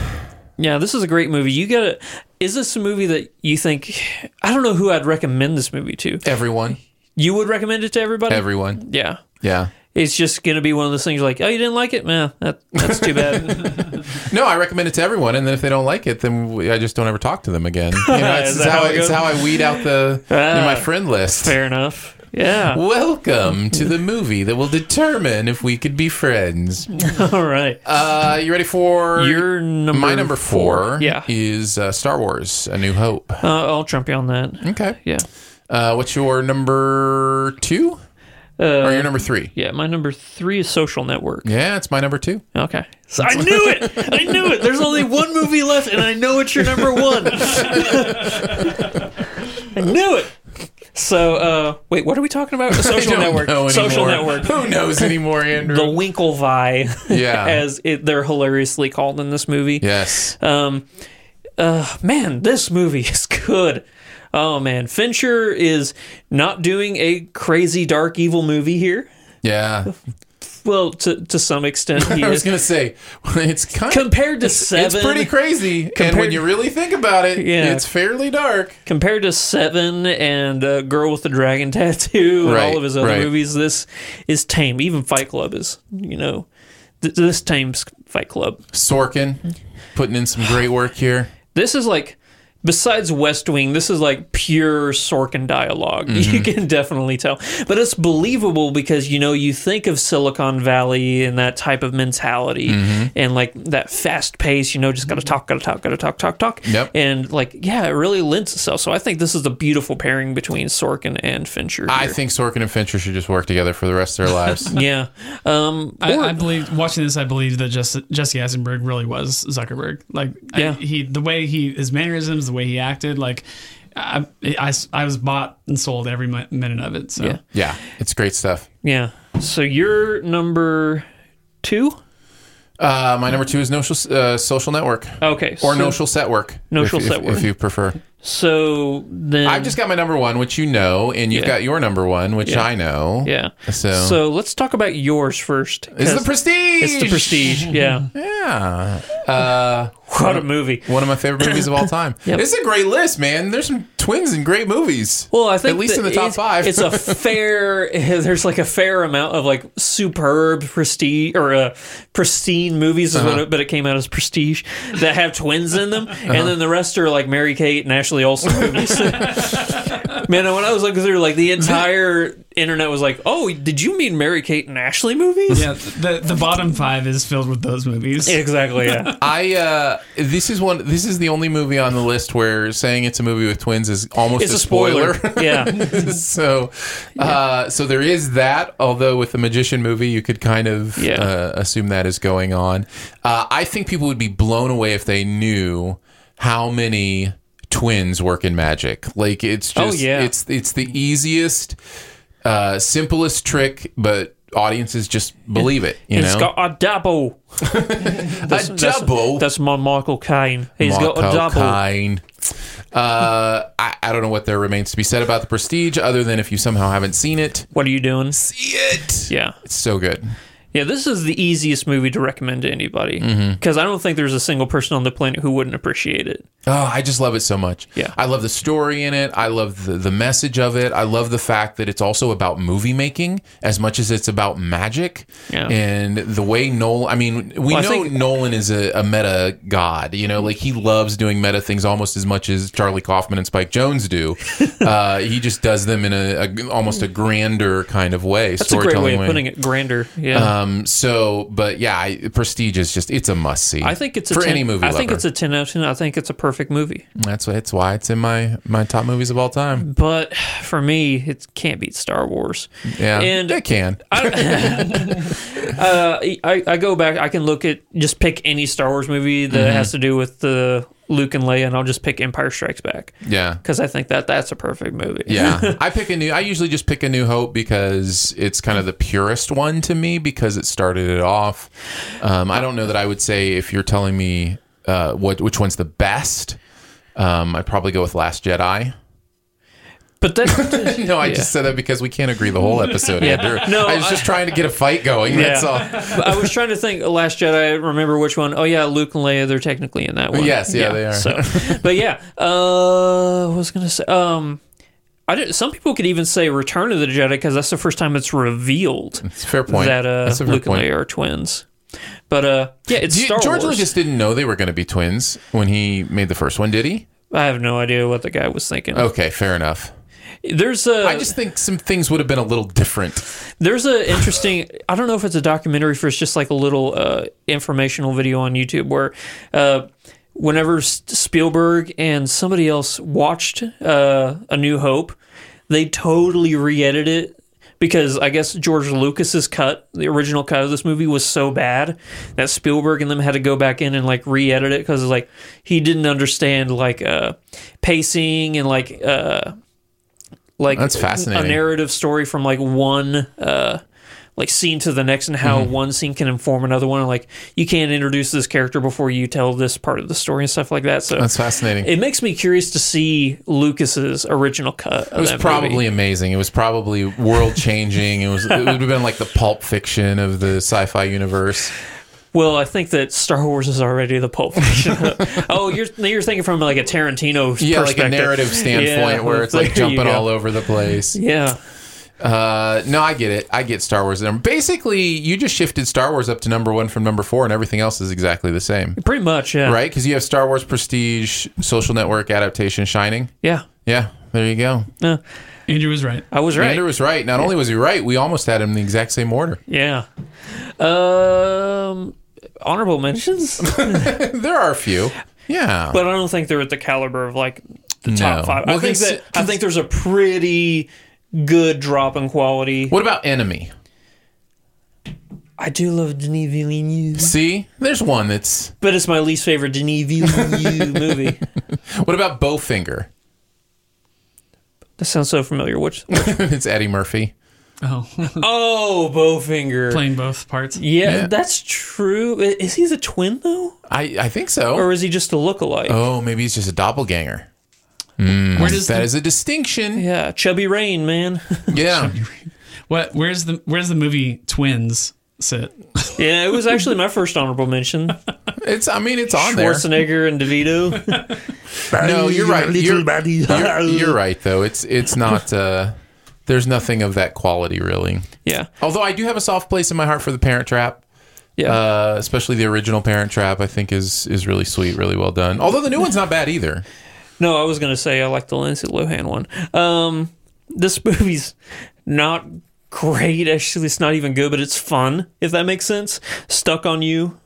[SPEAKER 5] Yeah, this is a great movie. You gotta. Is this a movie that you think? I don't know who I'd recommend this movie to.
[SPEAKER 4] Everyone.
[SPEAKER 5] You would recommend it to everybody?
[SPEAKER 4] Everyone.
[SPEAKER 5] Yeah.
[SPEAKER 4] Yeah.
[SPEAKER 5] It's just gonna be one of those things like, oh, you didn't like it, man. That, that's too bad.
[SPEAKER 4] No, I recommend it to everyone, and then if they don't like it, then we, I just don't ever talk to them again. You know, it's,
[SPEAKER 5] Is
[SPEAKER 4] it's
[SPEAKER 5] that
[SPEAKER 4] how,
[SPEAKER 5] how
[SPEAKER 4] I-
[SPEAKER 5] it
[SPEAKER 4] it's
[SPEAKER 5] goes?
[SPEAKER 4] how I weed out the you know, my
[SPEAKER 5] Ah.
[SPEAKER 4] friend list.
[SPEAKER 5] Fair enough. Yeah.
[SPEAKER 4] Welcome to the movie that will determine if we could be friends.
[SPEAKER 5] All right.
[SPEAKER 4] Uh, you ready for
[SPEAKER 5] Your number.
[SPEAKER 4] my number four?
[SPEAKER 5] Yeah.
[SPEAKER 4] is uh, Star Wars: A New Hope.
[SPEAKER 5] Uh, I'll trump you on that.
[SPEAKER 4] Okay.
[SPEAKER 5] Yeah.
[SPEAKER 4] Uh, what's your number two or your number three?
[SPEAKER 5] Uh, Yeah. My number three is Social Network.
[SPEAKER 4] Yeah, it's my number two.
[SPEAKER 5] Okay. So I knew it. I knew it. There's only one movie left, and I know it's your number one. I knew it. So, uh, wait, what are we talking about? The social
[SPEAKER 4] I don't
[SPEAKER 5] network.
[SPEAKER 4] know
[SPEAKER 5] Social
[SPEAKER 4] anymore.
[SPEAKER 5] network.
[SPEAKER 4] Who knows anymore, Andrew?
[SPEAKER 5] The Winklevi,
[SPEAKER 4] Yeah.
[SPEAKER 5] as it, they're hilariously called in this movie.
[SPEAKER 4] yes.
[SPEAKER 5] Um, uh, man, this movie is good. Oh man, Fincher is not doing a crazy dark evil movie here.
[SPEAKER 4] Yeah.
[SPEAKER 5] Well, to to some extent, he
[SPEAKER 4] I
[SPEAKER 5] is.
[SPEAKER 4] was going to say, it's kind of.
[SPEAKER 5] Compared to Seven,
[SPEAKER 4] It's pretty crazy. and when
[SPEAKER 5] Compared-
[SPEAKER 4] you really think about it,
[SPEAKER 5] Yeah.
[SPEAKER 4] it's fairly dark.
[SPEAKER 5] compared to Seven and uh, Girl with the Dragon Tattoo and
[SPEAKER 4] Right,
[SPEAKER 5] all of his other
[SPEAKER 4] right.
[SPEAKER 5] movies, this is tame. Even Fight Club is, you know, th- this tames Fight Club.
[SPEAKER 4] Sorkin putting in some great work here.
[SPEAKER 5] This is like, besides West Wing, this is like pure Sorkin dialog
[SPEAKER 4] Mm-hmm.
[SPEAKER 5] You can definitely tell. But it's believable because, you know, you think of Silicon Valley and that type of mentality
[SPEAKER 4] Mm-hmm.
[SPEAKER 5] and like that fast pace, you know, just gotta talk, gotta talk, gotta talk, talk, talk.
[SPEAKER 4] Yep.
[SPEAKER 5] And like, yeah, it really lends itself. So I think this is a beautiful pairing between Sorkin and Fincher.
[SPEAKER 4] I
[SPEAKER 5] here.
[SPEAKER 4] think Sorkin and Fincher should just work together for the rest of their lives.
[SPEAKER 5] Yeah. Um,
[SPEAKER 6] I,
[SPEAKER 5] or-
[SPEAKER 6] I believe watching this, I believe that Jesse, Jesse Eisenberg really was Zuckerberg. Like, I-
[SPEAKER 5] Yeah.
[SPEAKER 6] he the way he his mannerisms, the way he acted, like, I I, I was bought and sold every mi- minute of it. So
[SPEAKER 5] Yeah.
[SPEAKER 4] yeah, it's great stuff.
[SPEAKER 5] yeah. So you're number two?
[SPEAKER 4] Uh, my number two is No Shal- uh, Social Network
[SPEAKER 5] Okay. so,
[SPEAKER 4] or No Shal Set Work.
[SPEAKER 5] No
[SPEAKER 4] if-
[SPEAKER 5] Shal
[SPEAKER 4] if-
[SPEAKER 5] Set Work.
[SPEAKER 4] If you prefer.
[SPEAKER 5] So then.
[SPEAKER 4] I've just got my number one, which you know, and you've
[SPEAKER 5] Yeah.
[SPEAKER 4] got your number one, which I know.
[SPEAKER 5] Yeah.
[SPEAKER 4] So-
[SPEAKER 5] let's talk about yours first.
[SPEAKER 4] It's the
[SPEAKER 5] 'cause
[SPEAKER 4] Prestige.
[SPEAKER 5] It's the prestige. Yeah.
[SPEAKER 4] Yeah. Uh,
[SPEAKER 5] What a movie.
[SPEAKER 4] one of my favorite movies of all time.
[SPEAKER 5] Yep.
[SPEAKER 4] It's a great list, man. There's some twins in great movies.
[SPEAKER 5] Well, I think
[SPEAKER 4] at least
[SPEAKER 5] that
[SPEAKER 4] in the top
[SPEAKER 5] it's-
[SPEAKER 4] five.
[SPEAKER 5] it's a fair. There's like a fair amount of like superb prestige or uh, pristine movies, is what
[SPEAKER 4] Uh-huh.
[SPEAKER 5] it, but it came out as prestige that have twins in them, and then the rest are like Mary Kate and Ashley Olsen movies. Man, when I was looking through, like the entire internet was like, "Oh, did you mean Mary Kate and Ashley movies?"
[SPEAKER 6] yeah. The the bottom five is filled with those movies.
[SPEAKER 5] Exactly. Yeah.
[SPEAKER 4] I uh, this is one. This is the only movie on the list where saying it's a movie with twins is almost
[SPEAKER 5] It's
[SPEAKER 4] a
[SPEAKER 5] a spoiler.
[SPEAKER 4] spoiler.
[SPEAKER 5] yeah.
[SPEAKER 4] so, uh, so there is that. Although with the magician movie, you could kind of
[SPEAKER 5] Yeah.
[SPEAKER 4] uh, assume that is going on. Uh, I think people would be blown away if they knew how many twins work in magic. Like it's
[SPEAKER 5] Oh,
[SPEAKER 4] just,
[SPEAKER 5] yeah.
[SPEAKER 4] it's it's the easiest, uh, simplest trick, but audiences just believe it. You
[SPEAKER 5] He's
[SPEAKER 4] know,
[SPEAKER 5] got a double.
[SPEAKER 4] a
[SPEAKER 5] That's,
[SPEAKER 4] double.
[SPEAKER 5] that's my Michael Caine. He's got a double.
[SPEAKER 4] Kind. Uh, I, I don't know what there remains to be said about the Prestige, other than if you somehow haven't seen it,
[SPEAKER 5] What are you doing?
[SPEAKER 4] see it.
[SPEAKER 5] Yeah,
[SPEAKER 4] It's so good.
[SPEAKER 5] yeah. This is the easiest movie to recommend to anybody
[SPEAKER 4] Mm-hmm.
[SPEAKER 5] because I don't think there's a single person on the planet who wouldn't appreciate it.
[SPEAKER 4] Oh, I just love it so much.
[SPEAKER 5] Yeah.
[SPEAKER 4] I love the story in it. I love the, the message of it. I love the fact that it's also about movie making as much as it's about magic.
[SPEAKER 5] Yeah.
[SPEAKER 4] And the way Nolan, I mean, we
[SPEAKER 5] Well, I
[SPEAKER 4] know
[SPEAKER 5] think-
[SPEAKER 4] Nolan is a, a meta god, you know, like he loves doing meta things almost as much as Charlie Kaufman and Spike Jones do. uh, he just does them in a, a- almost a grander kind of way.
[SPEAKER 5] That's a great way of putting it. Grander. Yeah.
[SPEAKER 4] Um, so, but yeah, I, Prestige is just, it's a must see.
[SPEAKER 5] I think it's a
[SPEAKER 4] for
[SPEAKER 5] 10,
[SPEAKER 4] any movie
[SPEAKER 5] I think
[SPEAKER 4] lover.
[SPEAKER 5] it's a ten out of ten. I think it's a perfect movie.
[SPEAKER 4] That's why it's why it's in my my top movies of all time.
[SPEAKER 5] But for me, it can't beat Star Wars.
[SPEAKER 4] Yeah,
[SPEAKER 5] And-
[SPEAKER 4] it can.
[SPEAKER 5] I, Uh, I I go back. I can look at just pick any Star Wars movie that
[SPEAKER 4] Mm-hmm.
[SPEAKER 5] has to do with the Luke and Leia, and I'll just pick Empire Strikes Back
[SPEAKER 4] yeah,
[SPEAKER 5] because I think that that's a perfect movie.
[SPEAKER 4] yeah. I pick a new. I usually just pick a New Hope because it's kind of the purest one to me because it started it off. Um, I don't know that I would say if you're telling me uh, what which one's the best. Um, I'd probably go with Last Jedi.
[SPEAKER 5] But that
[SPEAKER 4] No, I just said that because we can't agree the whole episode.
[SPEAKER 5] Yeah.
[SPEAKER 4] Andrew.
[SPEAKER 5] No,
[SPEAKER 4] I was
[SPEAKER 5] I-
[SPEAKER 4] just trying to get a fight going. That's all.
[SPEAKER 5] But I was trying to think. Last Jedi. Remember which one? Oh yeah, Luke and Leia. They're technically in that one.
[SPEAKER 4] Yes, yeah, they are.
[SPEAKER 5] So, but yeah, uh, what was I gonna say. Um, I didn't, some people could even say Return of the Jedi because that's the first time it's revealed
[SPEAKER 4] It's a fair point.
[SPEAKER 5] that uh,
[SPEAKER 4] That's a fair
[SPEAKER 5] Luke
[SPEAKER 4] point.
[SPEAKER 5] and Leia are twins. But uh, yeah, it's
[SPEAKER 4] Do you-
[SPEAKER 5] Star
[SPEAKER 4] George
[SPEAKER 5] Wars.
[SPEAKER 4] Lucas didn't know they were going to be twins when he made the first one, did he?
[SPEAKER 5] I have no idea what the guy was thinking.
[SPEAKER 4] Okay, fair enough.
[SPEAKER 5] There's a
[SPEAKER 4] Oh. I just think some things would have been a little different.
[SPEAKER 5] There's an interesting. I don't know if it's a documentary for. It's just like a little uh, informational video on YouTube where, uh, whenever S- Spielberg and somebody else watched uh, A New Hope, they totally re-edited it because I guess George Lucas's cut, the original cut of this movie, was so bad that Spielberg and them had to go back in and like re-edit it because like he didn't understand like uh, pacing and like. Uh, like
[SPEAKER 4] That's
[SPEAKER 5] a
[SPEAKER 4] fascinating.
[SPEAKER 5] narrative story from like one uh like scene to the next and how
[SPEAKER 4] Mm-hmm.
[SPEAKER 5] one scene can inform another one. Like you can't introduce this character before you tell this part of the story and stuff like that. So
[SPEAKER 4] That's fascinating.
[SPEAKER 5] It makes me curious to see Lucas's original cut. Of
[SPEAKER 4] It was
[SPEAKER 5] that
[SPEAKER 4] probably
[SPEAKER 5] movie.
[SPEAKER 4] amazing. It was probably world changing. It was. It would have been like the Pulp Fiction of the sci-fi universe.
[SPEAKER 5] well. I think that Star Wars is already the Pulp Fiction. oh, you're you're thinking from like a Tarantino
[SPEAKER 4] Yeah, like
[SPEAKER 5] perspective.
[SPEAKER 4] a narrative standpoint
[SPEAKER 5] Yeah,
[SPEAKER 4] where it's
[SPEAKER 5] there
[SPEAKER 4] like jumping
[SPEAKER 5] you go.
[SPEAKER 4] all over the place.
[SPEAKER 5] Yeah,
[SPEAKER 4] Uh, no, I get it. I get Star Wars. And Basically, you just shifted Star Wars up to number one from number four, and everything else is exactly the same,
[SPEAKER 5] pretty much. Yeah,
[SPEAKER 4] right? Because you have Star Wars Prestige, Social Network, Adaptation, Shining.
[SPEAKER 5] Yeah,
[SPEAKER 4] Yeah, there you go.
[SPEAKER 6] Andrew was right.
[SPEAKER 5] I was right.
[SPEAKER 4] Andrew was right. Not only was he right, we almost had him in the exact same order.
[SPEAKER 5] Yeah. Um, honorable mentions,
[SPEAKER 4] There are a few. Yeah.
[SPEAKER 5] but I don't think they're at the caliber of like the
[SPEAKER 4] No.
[SPEAKER 5] top five.
[SPEAKER 4] Well,
[SPEAKER 5] I think
[SPEAKER 4] cons-
[SPEAKER 5] that I think there's a pretty good drop in quality.
[SPEAKER 4] what about Enemy?
[SPEAKER 5] I do love Denis Villeneuve,
[SPEAKER 4] See, there's one that's.
[SPEAKER 5] but it's my least favorite Denis Villeneuve movie.
[SPEAKER 4] What about Bowfinger?
[SPEAKER 5] That sounds so familiar. Which?
[SPEAKER 4] it's Eddie Murphy.
[SPEAKER 6] Oh,
[SPEAKER 5] Oh, Bowfinger.
[SPEAKER 6] playing both parts.
[SPEAKER 5] yeah,
[SPEAKER 4] Yeah.
[SPEAKER 5] that's true. I- Is he the twin though,
[SPEAKER 4] I, I think so.
[SPEAKER 5] or is he just a lookalike?
[SPEAKER 4] oh, maybe he's just a doppelganger.
[SPEAKER 5] Mm-hmm.
[SPEAKER 6] Where does
[SPEAKER 4] That
[SPEAKER 6] the,
[SPEAKER 4] is a distinction.
[SPEAKER 5] Yeah, Chubby Rain, man.
[SPEAKER 4] Yeah.
[SPEAKER 6] what? Where's the Where's the movie Twins sit?
[SPEAKER 5] yeah, it was actually my first honorable mention.
[SPEAKER 4] It's. I mean, it's on there.
[SPEAKER 5] Schwarzenegger and DeVito.
[SPEAKER 4] No, you're right. You're, you're, you're right though. It's it's not. Uh, there's nothing of that quality really.
[SPEAKER 5] Yeah.
[SPEAKER 4] Although I do have a soft place in my heart for the Parent Trap.
[SPEAKER 5] Yeah.
[SPEAKER 4] Uh, especially the original Parent Trap, I think is is really sweet, really well done. Although the new one's not bad either.
[SPEAKER 5] no, I was going to say I like the Lindsay Lohan one. Um, this movie's not great. Actually, it's not even good, but it's fun, if that makes sense. Stuck on You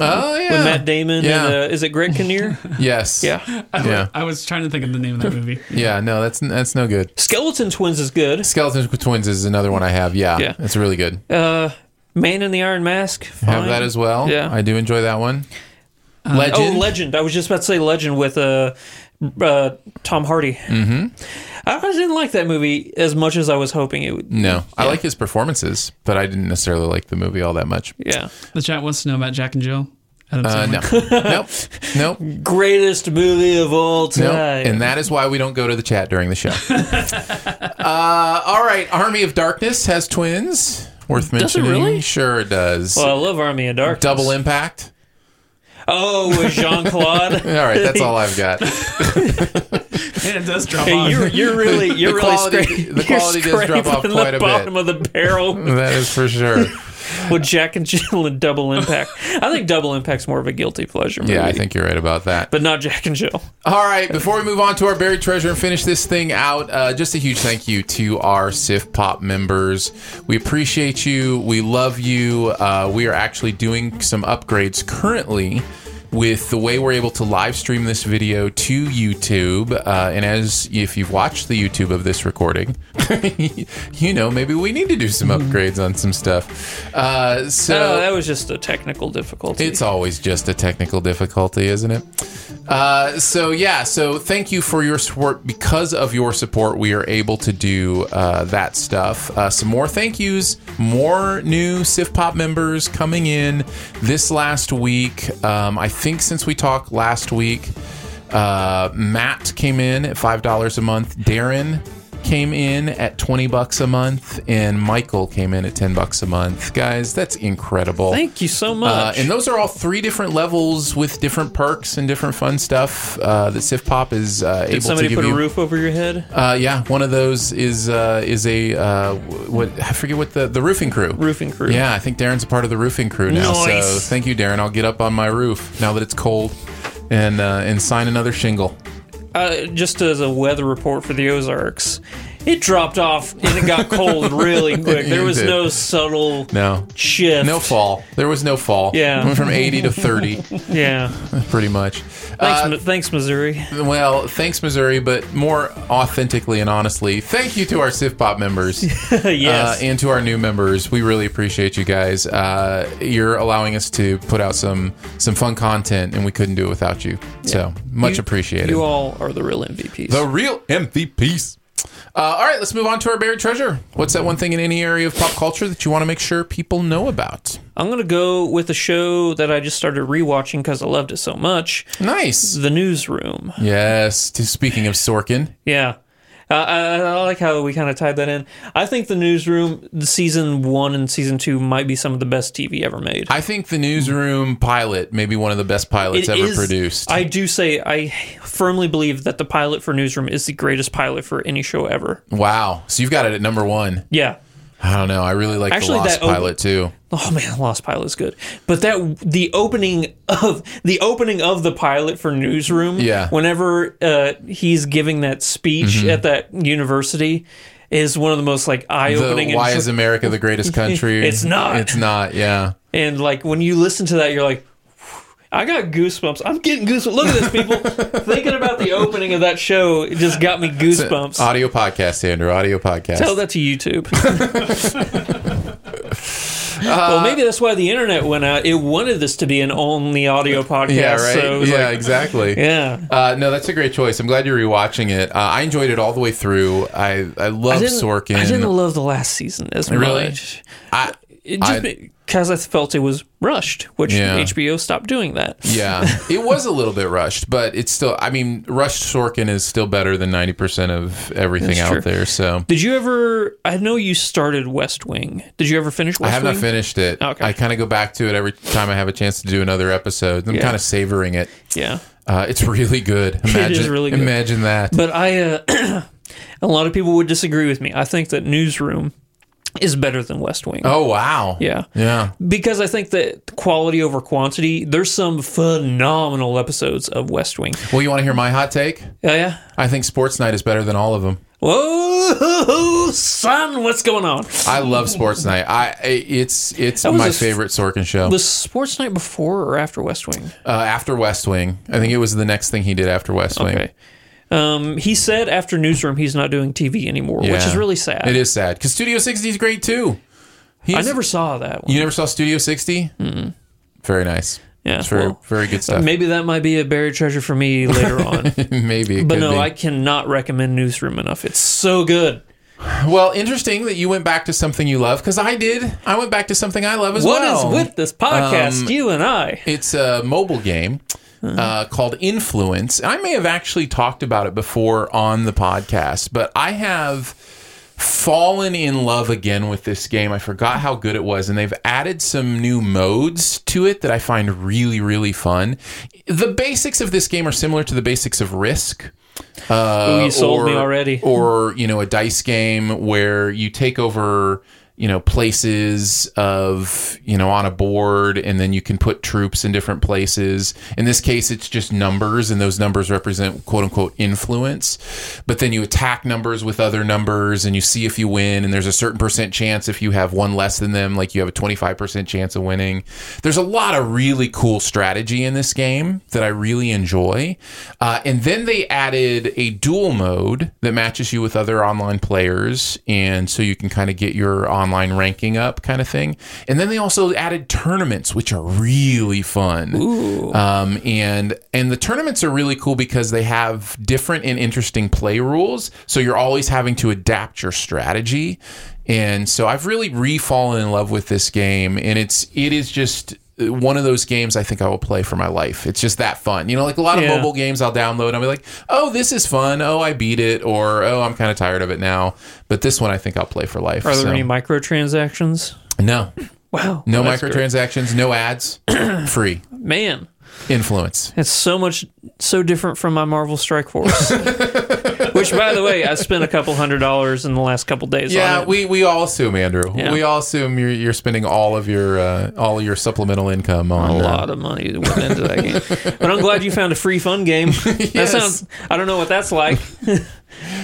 [SPEAKER 4] Oh yeah,
[SPEAKER 5] with Matt Damon.
[SPEAKER 4] Yeah.
[SPEAKER 5] And, uh, is it Greg Kinnear?
[SPEAKER 4] yes.
[SPEAKER 5] yeah.
[SPEAKER 4] Yeah.
[SPEAKER 6] I was trying to think of the name of that movie.
[SPEAKER 4] Yeah. No, that's that's no good.
[SPEAKER 5] Skeleton Twins is good.
[SPEAKER 4] Skeletons with Twins is another one I have. Yeah.
[SPEAKER 5] Yeah.
[SPEAKER 4] It's really good.
[SPEAKER 5] Uh, Man in the Iron Mask. Fine.
[SPEAKER 4] have that as well.
[SPEAKER 5] Yeah.
[SPEAKER 4] I do enjoy that one. Legend.
[SPEAKER 5] Oh, Legend. I was just about to say Legend with uh, uh, Tom Hardy. Mm-hmm. I I didn't like that movie as much as I was hoping it would.
[SPEAKER 4] no, I like his performances, but I didn't necessarily like the movie all that much.
[SPEAKER 5] Yeah.
[SPEAKER 6] The chat wants to know about Jack and Jill. Adam
[SPEAKER 4] Uh,
[SPEAKER 6] Sandler.
[SPEAKER 4] no, nope, nope, nope.
[SPEAKER 5] Greatest movie of all time.
[SPEAKER 4] And that is why we don't go to the chat during the show. uh, all right, Army of Darkness has twins. Worth
[SPEAKER 5] Does it
[SPEAKER 4] mentioning.
[SPEAKER 5] really?
[SPEAKER 4] Sure, it does.
[SPEAKER 5] Well, I love Army of Darkness.
[SPEAKER 4] Double impact.
[SPEAKER 5] Oh, with Jean Claude.
[SPEAKER 4] All right, that's all I've got.
[SPEAKER 6] And it does drop
[SPEAKER 5] Hey,
[SPEAKER 6] on.
[SPEAKER 5] you're, you're really you're really
[SPEAKER 4] quality-
[SPEAKER 5] scra-
[SPEAKER 4] the quality
[SPEAKER 5] you're
[SPEAKER 4] does drop off
[SPEAKER 5] scraping
[SPEAKER 4] quite
[SPEAKER 5] the
[SPEAKER 4] a bit.
[SPEAKER 5] bottom of the barrel
[SPEAKER 4] That is for sure.
[SPEAKER 5] with Jack and Jill and Double Impact. I think Double Impact's more of a guilty pleasure. Movie,
[SPEAKER 4] Yeah, I think you're right about that.
[SPEAKER 5] but not Jack and Jill.
[SPEAKER 4] All right, before we move on to our buried treasure and finish this thing out, uh, just a huge thank you to our SIF Pop members. We appreciate you. We love you. Uh, we are actually doing some upgrades currently with the way we're able to live stream this video to YouTube. Uh, and as if you've watched the YouTube of this recording, you know, maybe we need to do some upgrades on some stuff. Uh, so
[SPEAKER 5] No, Oh, that was just a technical difficulty.
[SPEAKER 4] it's always just a technical difficulty, isn't it? Uh, so yeah, so thank you for your support. Because of your support, we are able to do uh, that stuff. Uh, some more thank yous, more new Sif Pop members coming in this last week. Um, I think since we talked last week, uh, Matt came in at five dollars a month. Darren came in at twenty bucks a month, and Michael came in at ten bucks a month. Guys, that's incredible.
[SPEAKER 5] Thank you so
[SPEAKER 4] Uh,
[SPEAKER 5] much.
[SPEAKER 4] and those are all three different levels with different perks and different fun stuff uh, that Sif Pop is uh,
[SPEAKER 5] Did
[SPEAKER 4] able to
[SPEAKER 5] somebody
[SPEAKER 4] give
[SPEAKER 5] put
[SPEAKER 4] you.
[SPEAKER 5] a roof over your head?
[SPEAKER 4] Uh, yeah, one of those is uh, is a uh, w- what I forget what the the roofing crew.
[SPEAKER 5] Roofing crew.
[SPEAKER 4] Yeah, I think Darren's a part of the roofing crew now. So
[SPEAKER 5] Nice.
[SPEAKER 4] thank you, Darren. I'll get up on my roof now that it's cold, and uh, and sign another shingle.
[SPEAKER 5] uh, just as a weather report for the Ozarks, it dropped off and it got cold really quick. There
[SPEAKER 4] It
[SPEAKER 5] was
[SPEAKER 4] did.
[SPEAKER 5] no subtle
[SPEAKER 4] No,
[SPEAKER 5] shift.
[SPEAKER 4] no fall. There was no fall.
[SPEAKER 5] Yeah.
[SPEAKER 4] went from eighty to thirty,
[SPEAKER 5] Yeah.
[SPEAKER 4] pretty much.
[SPEAKER 5] Thanks,
[SPEAKER 4] Uh,
[SPEAKER 5] Mi- thanks, Missouri.
[SPEAKER 4] Well, thanks, Missouri, but more authentically and honestly, thank you to our Sif Pop members.
[SPEAKER 5] yes.
[SPEAKER 4] uh, and to our new members, we really appreciate you guys. Uh, you're allowing us to put out some some fun content, and we couldn't do it without you. So much
[SPEAKER 5] You-
[SPEAKER 4] appreciated.
[SPEAKER 5] You all are the real MVPs.
[SPEAKER 4] the real MVPs. Uh, all right, let's move on to our buried treasure. What's that one thing in any area of pop culture that you want to make sure people know about?
[SPEAKER 5] I'm gonna go with a show that I just started rewatching because I loved it so much.
[SPEAKER 4] Nice.
[SPEAKER 5] The Newsroom.
[SPEAKER 4] Yes. to- Speaking of Sorkin,
[SPEAKER 5] Yeah. Uh, I, I like how we kind of tied that in. I think the newsroom, the season one and season two, might be some of the best TV ever made.
[SPEAKER 4] I think the newsroom pilot may be one of the best pilots
[SPEAKER 5] It
[SPEAKER 4] ever
[SPEAKER 5] is-
[SPEAKER 4] produced.
[SPEAKER 5] I do say I firmly believe that the pilot for Newsroom is the greatest pilot for any show ever.
[SPEAKER 4] wow. So you've got it at number one.
[SPEAKER 5] Yeah.
[SPEAKER 4] I don't know. I really like
[SPEAKER 5] Actually,
[SPEAKER 4] the Lost
[SPEAKER 5] that op-
[SPEAKER 4] pilot too.
[SPEAKER 5] Oh man, Lost Pilot is good. But that the opening of the opening of the pilot for Newsroom.
[SPEAKER 4] Yeah. Mm-hmm.
[SPEAKER 5] Whenever uh, he's giving that speech at that university, is one of the most like eye opening.
[SPEAKER 4] The, why is America the greatest country?
[SPEAKER 5] It's not.
[SPEAKER 4] It's not. Yeah.
[SPEAKER 5] And like when you listen to that, you're like, I got goosebumps. I'm getting goosebumps. Look at this, people. Thinking about the opening of that show it just got me goosebumps.
[SPEAKER 4] Audio podcast, Andrew. Audio podcast.
[SPEAKER 5] Tell that to YouTube.
[SPEAKER 4] Uh,
[SPEAKER 5] well, maybe that's why the internet went out. It wanted this to be an only audio podcast.
[SPEAKER 4] yeah. Right.
[SPEAKER 5] So it was
[SPEAKER 4] yeah.
[SPEAKER 5] like,
[SPEAKER 4] exactly.
[SPEAKER 5] yeah.
[SPEAKER 4] Uh, no, that's a great choice. I'm glad you're rewatching it. Uh, I enjoyed it all the way through. I I
[SPEAKER 5] I
[SPEAKER 4] love
[SPEAKER 5] didn't,
[SPEAKER 4] Sorkin.
[SPEAKER 5] I didn't love the last season as
[SPEAKER 4] Really?
[SPEAKER 5] much.
[SPEAKER 4] I-
[SPEAKER 5] It
[SPEAKER 4] I-
[SPEAKER 5] just because I felt it was rushed, which
[SPEAKER 4] Yeah.
[SPEAKER 5] HBO stopped doing that.
[SPEAKER 4] yeah, it was a little bit rushed, but it's still. I mean, rushed Sorkin is still better than 90% of everything
[SPEAKER 5] That's
[SPEAKER 4] out
[SPEAKER 5] true.
[SPEAKER 4] there. So
[SPEAKER 5] Did you ever? I know you started West Wing. Did you ever finish
[SPEAKER 4] I
[SPEAKER 5] West
[SPEAKER 4] have
[SPEAKER 5] Wing?
[SPEAKER 4] not finished it.
[SPEAKER 5] Okay.
[SPEAKER 4] I kind of go back to it every time I have a chance to do another episode. I'm
[SPEAKER 5] Yeah.
[SPEAKER 4] kind of savoring it.
[SPEAKER 5] Yeah,
[SPEAKER 4] Uh, it's really good. Imagine,
[SPEAKER 5] really good.
[SPEAKER 4] Imagine that.
[SPEAKER 5] but I. Uh, a lot of people would disagree with me. I think that Newsroom is better than West Wing.
[SPEAKER 4] oh wow.
[SPEAKER 5] Yeah.
[SPEAKER 4] Yeah.
[SPEAKER 5] Because I think that quality over quantity, there's some phenomenal episodes of West Wing.
[SPEAKER 4] Well, you want to hear my hot take?
[SPEAKER 5] Yeah, yeah.
[SPEAKER 4] I think Sports Night is better than all of them.
[SPEAKER 5] Whoa, son, what's going on?
[SPEAKER 4] I love Sports Night. I I- it's it's
[SPEAKER 5] was
[SPEAKER 4] my
[SPEAKER 5] a s-
[SPEAKER 4] favorite Sorkin show.
[SPEAKER 5] Was Sports Night before or after West Wing?
[SPEAKER 4] uh, after West Wing, I think it was the next thing he did after West Wing.
[SPEAKER 5] Okay. Um, he said after Newsroom he's not doing TV anymore, which
[SPEAKER 4] Yeah.
[SPEAKER 5] is really sad.
[SPEAKER 4] It is sad because Studio 60 is great too. He
[SPEAKER 5] I
[SPEAKER 4] is-
[SPEAKER 5] never saw that one.
[SPEAKER 4] You never saw Studio 60? Mm. Very nice.
[SPEAKER 5] Yeah,
[SPEAKER 4] It's very
[SPEAKER 5] well,
[SPEAKER 4] very good stuff.
[SPEAKER 5] Maybe that might be a buried treasure for me later on.
[SPEAKER 4] Maybe. It
[SPEAKER 5] But
[SPEAKER 4] could
[SPEAKER 5] no,
[SPEAKER 4] be.
[SPEAKER 5] I cannot recommend Newsroom enough. It's so good.
[SPEAKER 4] Well, interesting that you went back to something you love because I did. I went back to something I love as
[SPEAKER 5] What is
[SPEAKER 4] well.
[SPEAKER 5] with this podcast,
[SPEAKER 4] Um,
[SPEAKER 5] you and I?
[SPEAKER 4] It's a mobile game uh, called Influence. I may have actually talked about it before on the podcast, but I have fallen in love again with this game. I forgot how good it was, and they've added some new modes to it that I find really, really fun. The basics of this game are similar to the basics of Risk. Uh,
[SPEAKER 5] Ooh, you sold
[SPEAKER 4] or-
[SPEAKER 5] me already.
[SPEAKER 4] Or you know, a dice game where you take over you know places of you know on a board, and then you can put troops in different places. In this case, it's just numbers, and those numbers represent quote unquote influence. But then you attack numbers with other numbers, and you see if you win. And there's a certain percent chance if you have one less than them, like you have a 25% chance of winning. There's a lot of really cool strategy in this game that I really enjoy. Uh, and then they added a dual mode that matches you with other online players. And so you can kind of get your online ranking up kind of thing. And then they also added tournaments, which are really fun. Um, and and the tournaments are really cool because they have different and interesting play rules. So you're always having to adapt your strategy. And so I've really re-fallen in love with this game, and it's it is just one of those games I think I will play for my life. It's just that fun. You know, like a lot of
[SPEAKER 5] Yeah.
[SPEAKER 4] mobile games I'll download and I'll be like, "Oh, this is fun. Oh, I beat it." Or, "Oh, I'm kind of tired of it now." But this one I think I'll play for life.
[SPEAKER 5] Are there
[SPEAKER 4] so-
[SPEAKER 5] any microtransactions?
[SPEAKER 4] No.
[SPEAKER 5] Wow.
[SPEAKER 4] No
[SPEAKER 5] That's great.
[SPEAKER 4] microtransactions, no ads, free.
[SPEAKER 5] Man,
[SPEAKER 4] Influence.
[SPEAKER 5] it's so much so different from my Marvel Strike Force. Which by the way, I spent a couple hundred dollars in the last couple days
[SPEAKER 4] Yeah,
[SPEAKER 5] on it.
[SPEAKER 4] we, we all assume, Andrew.
[SPEAKER 5] Yeah.
[SPEAKER 4] We all assume you're, you're spending all of your uh, all of your supplemental income on
[SPEAKER 5] a
[SPEAKER 4] uh,
[SPEAKER 5] lot of money that went into that game. But I'm glad you found a free fun game. That sounds I don't know what that's like.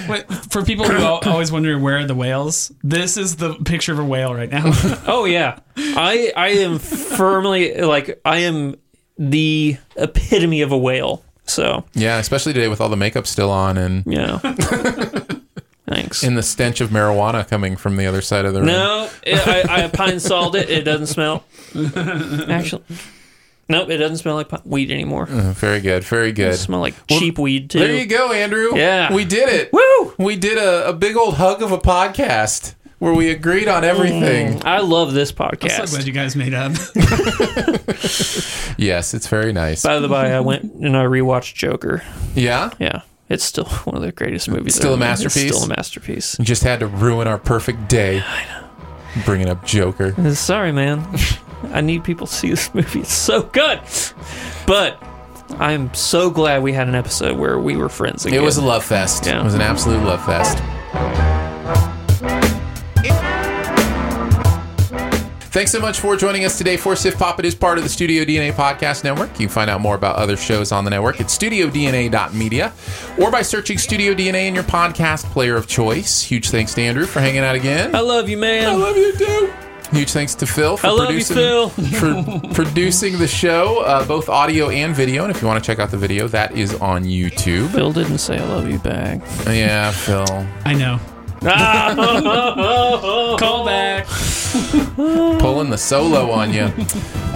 [SPEAKER 6] Wait, for people who al- always wonder where are the whales, this is the picture of a whale right now.
[SPEAKER 5] Oh yeah. I I am firmly like I am the epitome of a whale. So,
[SPEAKER 4] Yeah, especially today with all the makeup still on and
[SPEAKER 5] yeah. Thanks.
[SPEAKER 4] and the stench of marijuana coming from the other side of the room.
[SPEAKER 5] No, it, I, I pine salt it. It doesn't smell. Actually, Nope, it doesn't smell like pot- weed anymore. It
[SPEAKER 4] Very good. Very Oh, good.
[SPEAKER 5] smells like
[SPEAKER 4] Well,
[SPEAKER 5] cheap weed too.
[SPEAKER 4] There you go, Andrew.
[SPEAKER 5] Yeah.
[SPEAKER 4] We did it.
[SPEAKER 5] Woo!
[SPEAKER 4] We did a, a big old hug of a podcast where we agreed on everything.
[SPEAKER 5] I love this
[SPEAKER 6] I'm so glad
[SPEAKER 5] podcast.
[SPEAKER 6] you guys made up.
[SPEAKER 4] Yes, it's very nice.
[SPEAKER 5] By the by, I went and I rewatched Joker.
[SPEAKER 4] yeah?
[SPEAKER 5] Yeah, it's still one of the greatest movies.
[SPEAKER 4] Still a
[SPEAKER 5] ever made.
[SPEAKER 4] masterpiece?
[SPEAKER 5] It's still a masterpiece.
[SPEAKER 4] Just had to ruin our perfect day. Bringing up Joker.
[SPEAKER 5] Sorry, man. I need people to see this movie. It's so good. But I'm so glad we had an episode where we were friends again.
[SPEAKER 4] It was a love fest.
[SPEAKER 5] Yeah.
[SPEAKER 4] It was an absolute love fest. Thanks so much for joining us today for Sif Pop. It is part of the Studio DNA Podcast Network. You can find out more about other shows on the network at studiodna.media or by searching Studio DNA in your podcast player of choice. Huge thanks to Andrew for hanging out again.
[SPEAKER 5] I love you, man.
[SPEAKER 4] I love you too. Huge thanks to Phil for
[SPEAKER 5] I love you,
[SPEAKER 4] producing
[SPEAKER 5] Phil.
[SPEAKER 4] for producing the show, uh, both audio and video. And if you want to check out the video, that is on YouTube.
[SPEAKER 5] Bill didn't say I love you back.
[SPEAKER 4] Yeah, Phil.
[SPEAKER 6] I know.
[SPEAKER 5] Call back.
[SPEAKER 4] pulling the solo on you.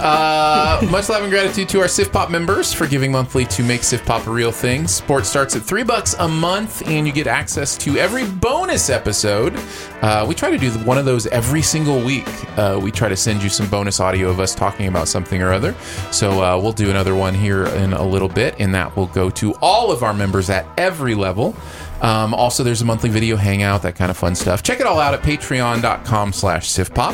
[SPEAKER 4] Uh, much love and gratitude to our Sif Pop members for giving monthly to make Sif Pop a real thing. Support starts at three bucks a month, and you get access to every bonus episode. Uh, we try to do one of those every single week. Uh, we try to send you some bonus audio of us talking about something or other. So uh, we'll do another one here in a little bit, and that will go to all of our members at every level. Um, also, there's a monthly video hangout, that kind of fun stuff. Check it all out at patreon.com slash sifpop.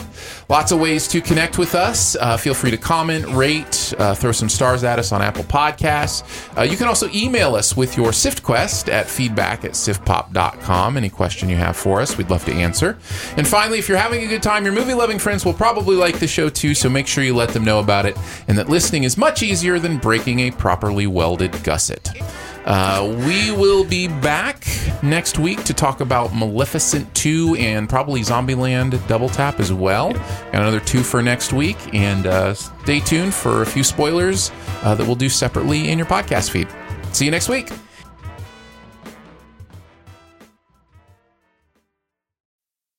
[SPEAKER 4] Lots of ways to connect with us. Uh, feel free to comment, rate, uh, throw some stars at us on Apple Podcasts. Uh, you can also email us with your SIFT quest at feedback at sifpop.com. Any question you have for us, we'd love to answer. And finally, if you're having a good time, your movie-loving friends will probably like the show too, so make sure you let them know about it and that listening is much easier than breaking a properly welded gusset. Uh, we will be back next week to talk about Maleficent 2 and probably Zombieland Double Tap as well. Got another two for next week. And uh, stay tuned for a few spoilers uh, that we'll do separately in your podcast feed. See you next week.